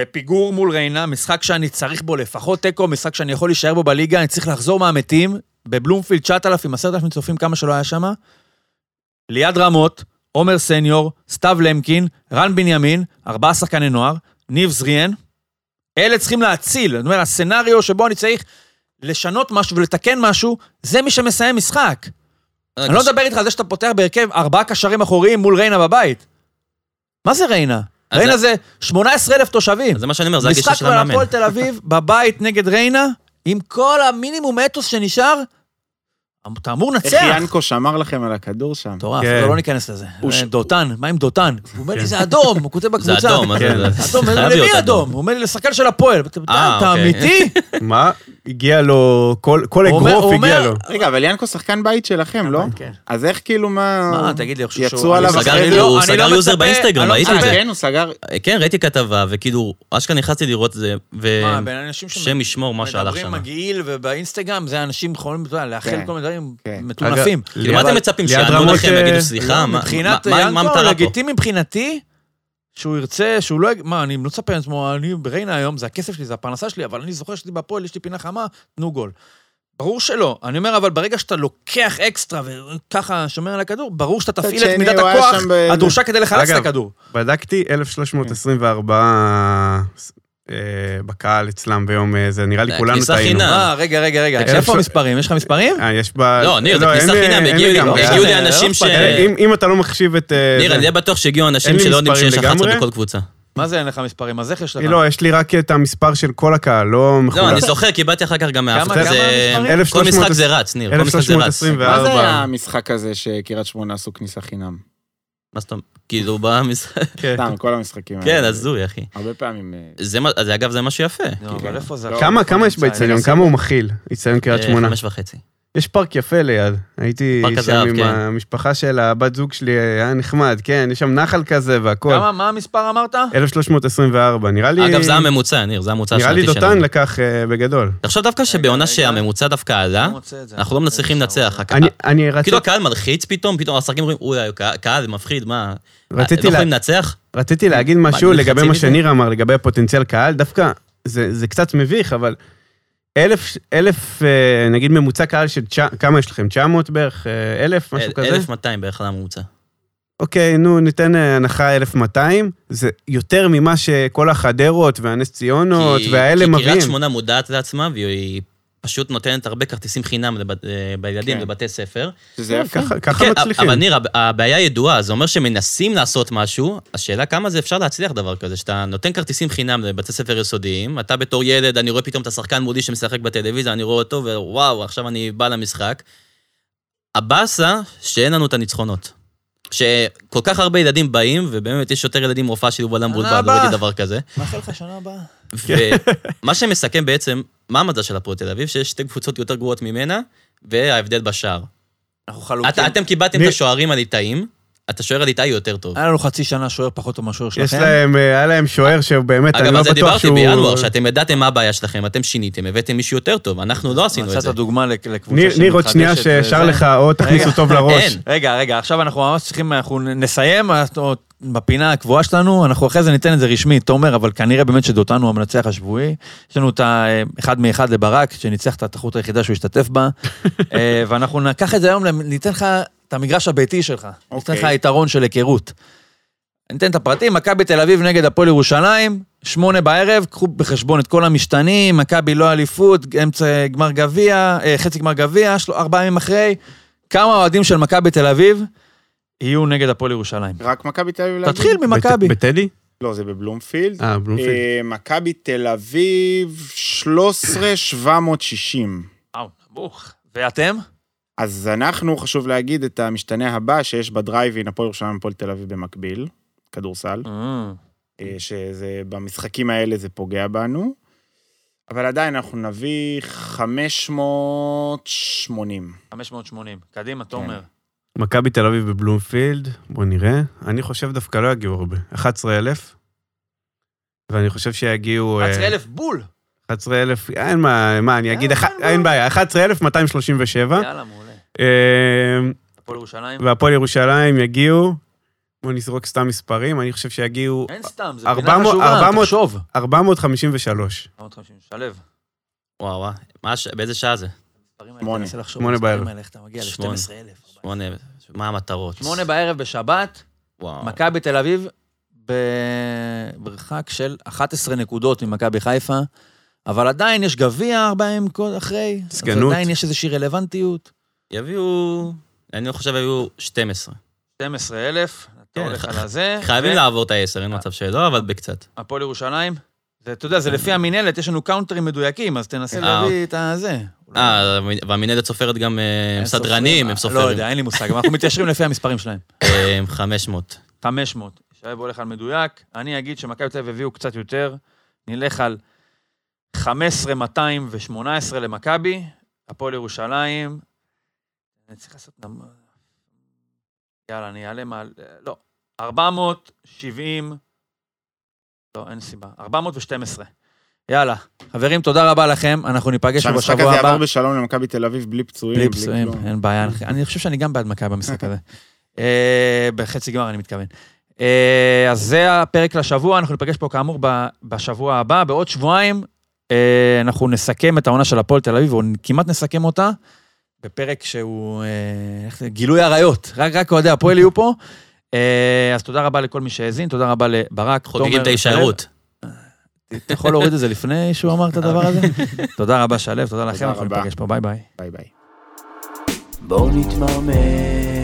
B: בפיגור מול ריינה, משחק שאני צריך בו לפחות תיקו, משחק שאני יכול להישאר בו בליגה, אני צריך לחזור מהמתים, בבלומפילד 9,000, 10,000 צופים, כמה שלא היה שם. ליעד רמות, עומר סניור, סתיו למקין, רן בנימין, ארבעה שחקני נוער, ניב זריאן. אלה צריכים להציל, זאת אומרת, הסצנריו שבו אני צריך לשנות משהו ולתקן משהו, זה מי שמסיים משחק.
C: אה,
B: אני לא מדבר איתך על זה שאתה פותח בהרכב ארבעה קשרים אחוריים מול ריינה בבית. מה זה ריינה?
C: אז
B: ריינה
C: זה-
B: זה 18 אלף תושבים.
C: זה מה שאני אומר, זה הגישה
B: משחק
C: של
B: מול
C: המאמן.
B: הפועל תל
C: [laughs]
B: אביב, בבית נגד ריינה, עם כל המינימום אתוס שנשאר, אתה אמור
D: איך
B: לנצח.
D: ינקו שמר לכם על הכדור שם.
B: מטורף,
E: כן.
B: לא לא ניכנס לזה.
D: הוא ש- כן.
B: דותן, מה עם דותן? הוא אומר לי, זה אדום, הוא כותב
C: [laughs] זה
B: בקבוצה.
C: אדום, אז
E: כן.
C: זה- זה
B: [laughs] אדום,
C: חייב
B: למי
C: להיות
B: אדום? הוא אומר לי, לשחקן של הפועל. אתה-
C: אה, [laughs]
B: אתה
C: אוקיי.
B: אמיתי?
E: מה? הגיע לו, כל כל
B: הוא אומר-
E: אגרוף
B: הוא
E: הגיע
B: אומר-
E: לו.
D: רגע, אבל ינקו שחקן בית שלכם, לא?
B: כן.
D: אז איך כאילו, מה...
B: מה, תגיד לי, איך שהוא-
D: יצאו עליו
B: הוא
C: סגר
D: אחרי
B: לי-
D: זה?
B: לא,
C: הוא
B: אני
C: סגר
B: לא
C: יוזר
B: מצפה- אני
C: באינסטגרם,
B: לא
C: ראיתם
D: אה,
C: את זה?
D: כן, הוא סגר...
C: כן, ראיתי כתבה, וכאילו, אשכרה נכנסתי לראות את זה,
B: לא מה, בין אנשים
C: השם ישמור מה שהלך שם.
B: מדברים מגעיל, ובאינסטגרם זה אנשים יכולים אתה יודע, לאחל
D: כן,
B: כל מיני דברים
D: כן.
B: מטונפים.
E: אגב,
C: כאילו, מה אתם מצפים,
E: ליד
C: שיענו
E: רמות,
C: לכם
E: אה,
C: ויגידו,
B: לא,
C: סליחה, מה-
B: מבחינת
C: מה- מה-
B: ינקו,
C: מה המטרה פה?
B: לגיטימי מבחינתי שהוא ירצה, שהוא לא... יג- מה, אני לא מספר לעצמו, אני בריינה היום, זה הכסף שלי, זה הפרנסה שלי, אבל אני זוכר שאתי בהפועל, יש לי פינה חמה, תנו גול. ברור שלא. אני אומר, אבל ברגע שאתה לוקח אקסטרה וככה שומר על הכדור, ברור שאתה תפעיל
D: שני,
B: את מידת
D: הוא היה
B: הכוח
D: שם ב-
B: הדרושה כדי לחלץ את
E: אגב,
B: הכדור.
E: בדקתי 1,324 אה, בקהל אצלם ביום אה, זה,
B: כן,
E: נראה לי
C: זה
E: כולנו
C: הכניסה
E: טעינו.
C: חינם.
B: אה, רגע, רגע, רגע,
E: תקשיב,
B: איפה
E: ש-
B: המספרים? יש לך מספרים?
E: אה, יש בה...
C: לא, ניר, זה כניסה
E: אין לי-
C: חינם,
E: אין לי
C: הגיעו
E: גם.
C: לי-
E: אה,
C: הגיעו
B: זה-
C: לי אנשים ש...
B: לא
E: אה, אם- אם אתה לא מחשיב את... אה,
C: ניר,
E: זה-
C: אני די בטוח שהגיעו אנשים
E: אין לי
C: שלא יודעים
E: מספרים
C: שיש 11
E: לגמרי.
C: בכל קבוצה.
B: מה זה אין לך מספרים? אז איך יש לך?
E: לא, יש לי רק את המספר של כל הקהל, לא
C: לא,
E: מחולק.
C: אני זוכר, קיבלתי אחר כך גם מאף
B: כמה-
C: אחד.
B: כמה
C: זה-
B: המספרים?
C: כל
E: 1,300
C: משחק זה רץ, ניר, כל משחק זה רץ.
D: מה
E: 1,324.
D: זה היה
E: כן.
D: המשחק הזה שקריית שמונה עשו כניסה חינם?
C: מה זאת אומרת? כאילו, במשחק...
E: כן.
D: סתם, כל המשחקים האלה.
C: כן, הזוי, אחי.
D: הרבה פעמים... אה,
C: זה מה- אז אגב, זה משהו יפה.
B: נו, אבל
D: כן.
B: איפה זה?
D: לא,
B: עכשיו?
E: כמה,
B: איפה
E: כמה
B: זה
E: יש
B: נמצא?
E: באיצטדיון? כמה הוא מכיל? איצטדיון קריית
C: אה,
E: שמונה.
C: חמש וחצי.
E: יש פארק יפה ליד. הייתי
C: פארק
E: שם
C: הזהב,
E: עם
C: כן.
E: המשפחה של הבת זוג שלי, היה נחמד, כן, יש שם נחל כזה והכל.
B: כמה, מה המספר אמרת?
E: 1,324, נראה לי...
C: אגב, זה הממוצע, ניר, זה הממוצע
E: נראה
C: השנתי
E: לי
C: שלנו.
E: דותן לקח אה, בגדול.
C: תחשוב דווקא שבעונה
B: רגע.
C: שהממוצע דווקא עלה,
B: אני מוצא את זה. אה,
C: אנחנו לא מצליחים לנצח. הק-
E: אני- אני רצ-
C: כאילו הקהל מלחיץ פתאום, פתאום השחקנים אומרים, אוי, הקה- קהל מפחיד, מה?
E: רציתי
C: לא
E: לה-
C: יכולים לנצח?
E: רציתי להגיד משהו
C: אה, נלחצים
E: לגבי מה
C: מזה?
E: שניר אמר, לגבי הפוטנציאל קהל, דווקא זה זה קצת מביך, אבל אלף, אלף, אה, נגיד ממוצע קהל של תשע- כמה יש לכם? 900 בערך? אה, אלף? משהו כזה?
C: 1,200 בערך לממוצע.
E: אוקיי, נו, ניתן אה, הנחה 1,200, זה יותר ממה שכל החדרות והנס ציונות
C: כי-
E: והאלה
C: כי קריית
E: מביאים.
C: שמונה מודעת לעצמה, והיא פשוט נותנת הרבה כרטיסים חינם לבת- אה, בילדים
D: כן.
C: לבתי ספר.
D: שזה יפה.
E: ככה- ככה
C: כן,
E: מצליחים.
C: אבל ניר, הב- הבעיה ידועה, זה אומר שמנסים לעשות משהו, השאלה כמה זה אפשר להצליח דבר כזה, שאתה נותן כרטיסים חינם לבתי ספר יסודיים, אתה בתור ילד, אני רואה פתאום את השחקן מולי שמשחק בטלוויזיה, אני רואה אותו, ווואו, עכשיו אני בא למשחק. הבאסה, שאין לנו את הניצחונות. שכל כך הרבה ילדים באים, ובאמת יש יותר ילדים מופע שלי בלם בולבד, לא
B: הבאה.
C: ראיתי דבר
E: [laughs]
C: כזה.
B: אה, מאחל לך שנה הבאה.
C: ומה שמסכם בעצם, מה המזל של הפועל תל אביב? שיש שתי קבוצות יותר גרועות ממנה, וההבדל בשער.
B: אנחנו חלוקים.
C: אתה- אתם קיבלתם את
E: מי-
C: השוערים הליטאים, את השוער הליטאי יותר טוב.
B: היה לנו חצי שנה שוער פחות טוב מהשוער
E: יש
B: שלכם.
E: להם, אה, היה להם שוער שבאמת, אני
C: אוקיי. אגב,
E: לא
C: על זה
E: בטוח
C: דיברתי
E: שהוא...
C: בינואר, שאתם ידעתם מה הבעיה שלכם, אתם שיניתם, הבאתם מישהו יותר טוב, אנחנו לא עשינו את זה.
B: מצאת דוגמה לק- לקבוצה
E: ניר, ניר, עוד שנייה
B: שמתחדשת אה,
E: ששר
B: וזה.
E: לך, או תכניס
B: רגע.
E: אותו טוב לראש.
C: אין.
B: רגע, רגע, עכשיו אנחנו ממש צריכים, אנחנו נ- נסיים אנחנו- בפינה הקבועה שלנו, אנחנו אחרי זה ניתן את זה רשמי, תומר, אבל כנראה באמת שדותן הוא המנצח השבועי. יש לנו את האחד מאחד לברק, שניצח את התחרות היחידה שהוא השתתף בה, אה, ואנחנו ניקח את זה היום, למ- ניתן לך את המגרש הביתי שלך, ניתן
D: אוקיי.
B: לך היתרון של היכרות. ניתן את הפרטים, מכבי תל אביב נגד הפועל ירושלים, שמונה בערב, קחו בחשבון את כל המשתנים, מכבי לא אליפות, אמצע גמר גביע, אה, חצי גמר גביע, של- ארבעה ימים אחרי, כמה אוהדים של מכבי תל אביב יהיו נגד הפועל ירושלים.
D: רק מכבי תל אביב.
B: תתחיל
D: להגיד?
B: ממכבי.
E: בת- בטדי?
D: לא, זה בבלומפילד.
E: אה, בלומפילד.
D: אה, מכבי תל אביב, 13,760.
B: וואו, נמוך. אה, ואתם?
D: אז אנחנו, חשוב להגיד את המשתנה הבא שיש בדרייבין, הפועל ירושלים והפועל תל אביב במקביל, כדורסל, אה, שזה, במשחקים האלה זה פוגע בנו, אבל עדיין אנחנו נביא 580.
B: 580. קדימה, תומר.
E: מכבי תל אביב בבלומפילד, בוא נראה. אני חושב דווקא לא יגיעו הרבה. 11,000. ואני חושב שיגיעו... אה,
B: 11,000 בול.
E: 11,000, אין מה, מה, אני אגיד,
B: אין,
E: אח-
B: אין
E: אין בעיה, 11,237.
B: יאללה, מעולה.
E: אה,
B: הפועל ירושלים?
E: והפועל ירושלים יגיעו, בוא נזרוק סתם מספרים, אני חושב שיגיעו
B: אין סתם, זו פינה
E: 400,
B: חשובה,
E: 400.
B: תחשוב.
E: 453.
B: 450, שלב.
C: וואו, וואו, מה ש- באיזה שעה זה?
D: שמונה.
E: שמונה
B: שמונה
E: בערב.
B: האלה, איך אתה מגיע
C: שמונה.
B: ל-12,000.
C: שמונה, מה המטרות?
B: שמונה בערב בשבת,
C: וואו.
B: מכבי תל אביב במרחק של 11 נקודות ממכבי חיפה, אבל עדיין יש גביע ארבעה ימים כל- אחרי, אז
E: סגנות.
B: עדיין יש איזושהי רלוונטיות.
C: יביאו, אני חושב יביאו 12.
B: 12,000, אתה
C: כן,
B: הולך
C: ח-
B: על הזה.
C: חייבים לעבור את ה-10,
B: אה.
C: אין מצב שלא, אבל בקצת.
B: הפועל ירושלים. זה, אתה יודע, זה לפי המינהלת, יש לנו קאונטרים מדויקים, אז תנסה
C: אה,
B: להביא את הזה. אולי-
C: אה, והמינהלת סופרת גם אה,
B: הם
C: הם
B: סופרים,
C: סדרנים,
B: אה,
C: הם
B: לא
C: סופרים.
B: יודע, אין לי מושג, אבל אנחנו מתיישרים לפי המספרים שלהם.
C: אה, 500.
B: 500. שי הולך על מדויק. אני אגיד שמכבי תל אביב הביאו קצת יותר. נלך על 15, 218 למכבי, הפועל ירושלים. אני צריך לעשות... נמ- יאללה, אני אעלה מעל... לא, 470... לא, אין סיבה. 412. יאללה. חברים, תודה רבה לכם, אנחנו ניפגש פה
D: שהמשחק
B: בשבוע
D: הזה
B: הבא.
D: עבר בשלום למכבי תל אביב בלי פצועים.
B: בלי פצועים, כן.
D: כלום.
B: אין בעיה. אני- אני חושב שאני גם בעד מכבי במשחק הזה. אה, בחצי גמר, אני מתכוון. אה, אז זה הפרק לשבוע, אנחנו ניפגש פה כאמור ב- בשבוע הבא, בעוד שבועיים. אה, אנחנו נסכם את העונה של הפועל תל אביב, או כמעט נסכם אותה, בפרק שהוא אה, איך זה? גילוי עריות. רק רק אוהדי הפועל יהיו פה. אה, אז תודה רבה לכל מי שהאזין, תודה רבה לברק, תומר.
C: חוגגים את
B: שלו.
C: ההישארות.
B: אתה יכול להוריד את זה לפני שהוא אמר את הדבר [laughs] הזה? תודה רבה, שלו, תודה לכם,
D: תודה
B: אנחנו
D: רבה.
B: ניפגש פה, ביי ביי.
D: ביי ביי.
A: בואו נתמרמר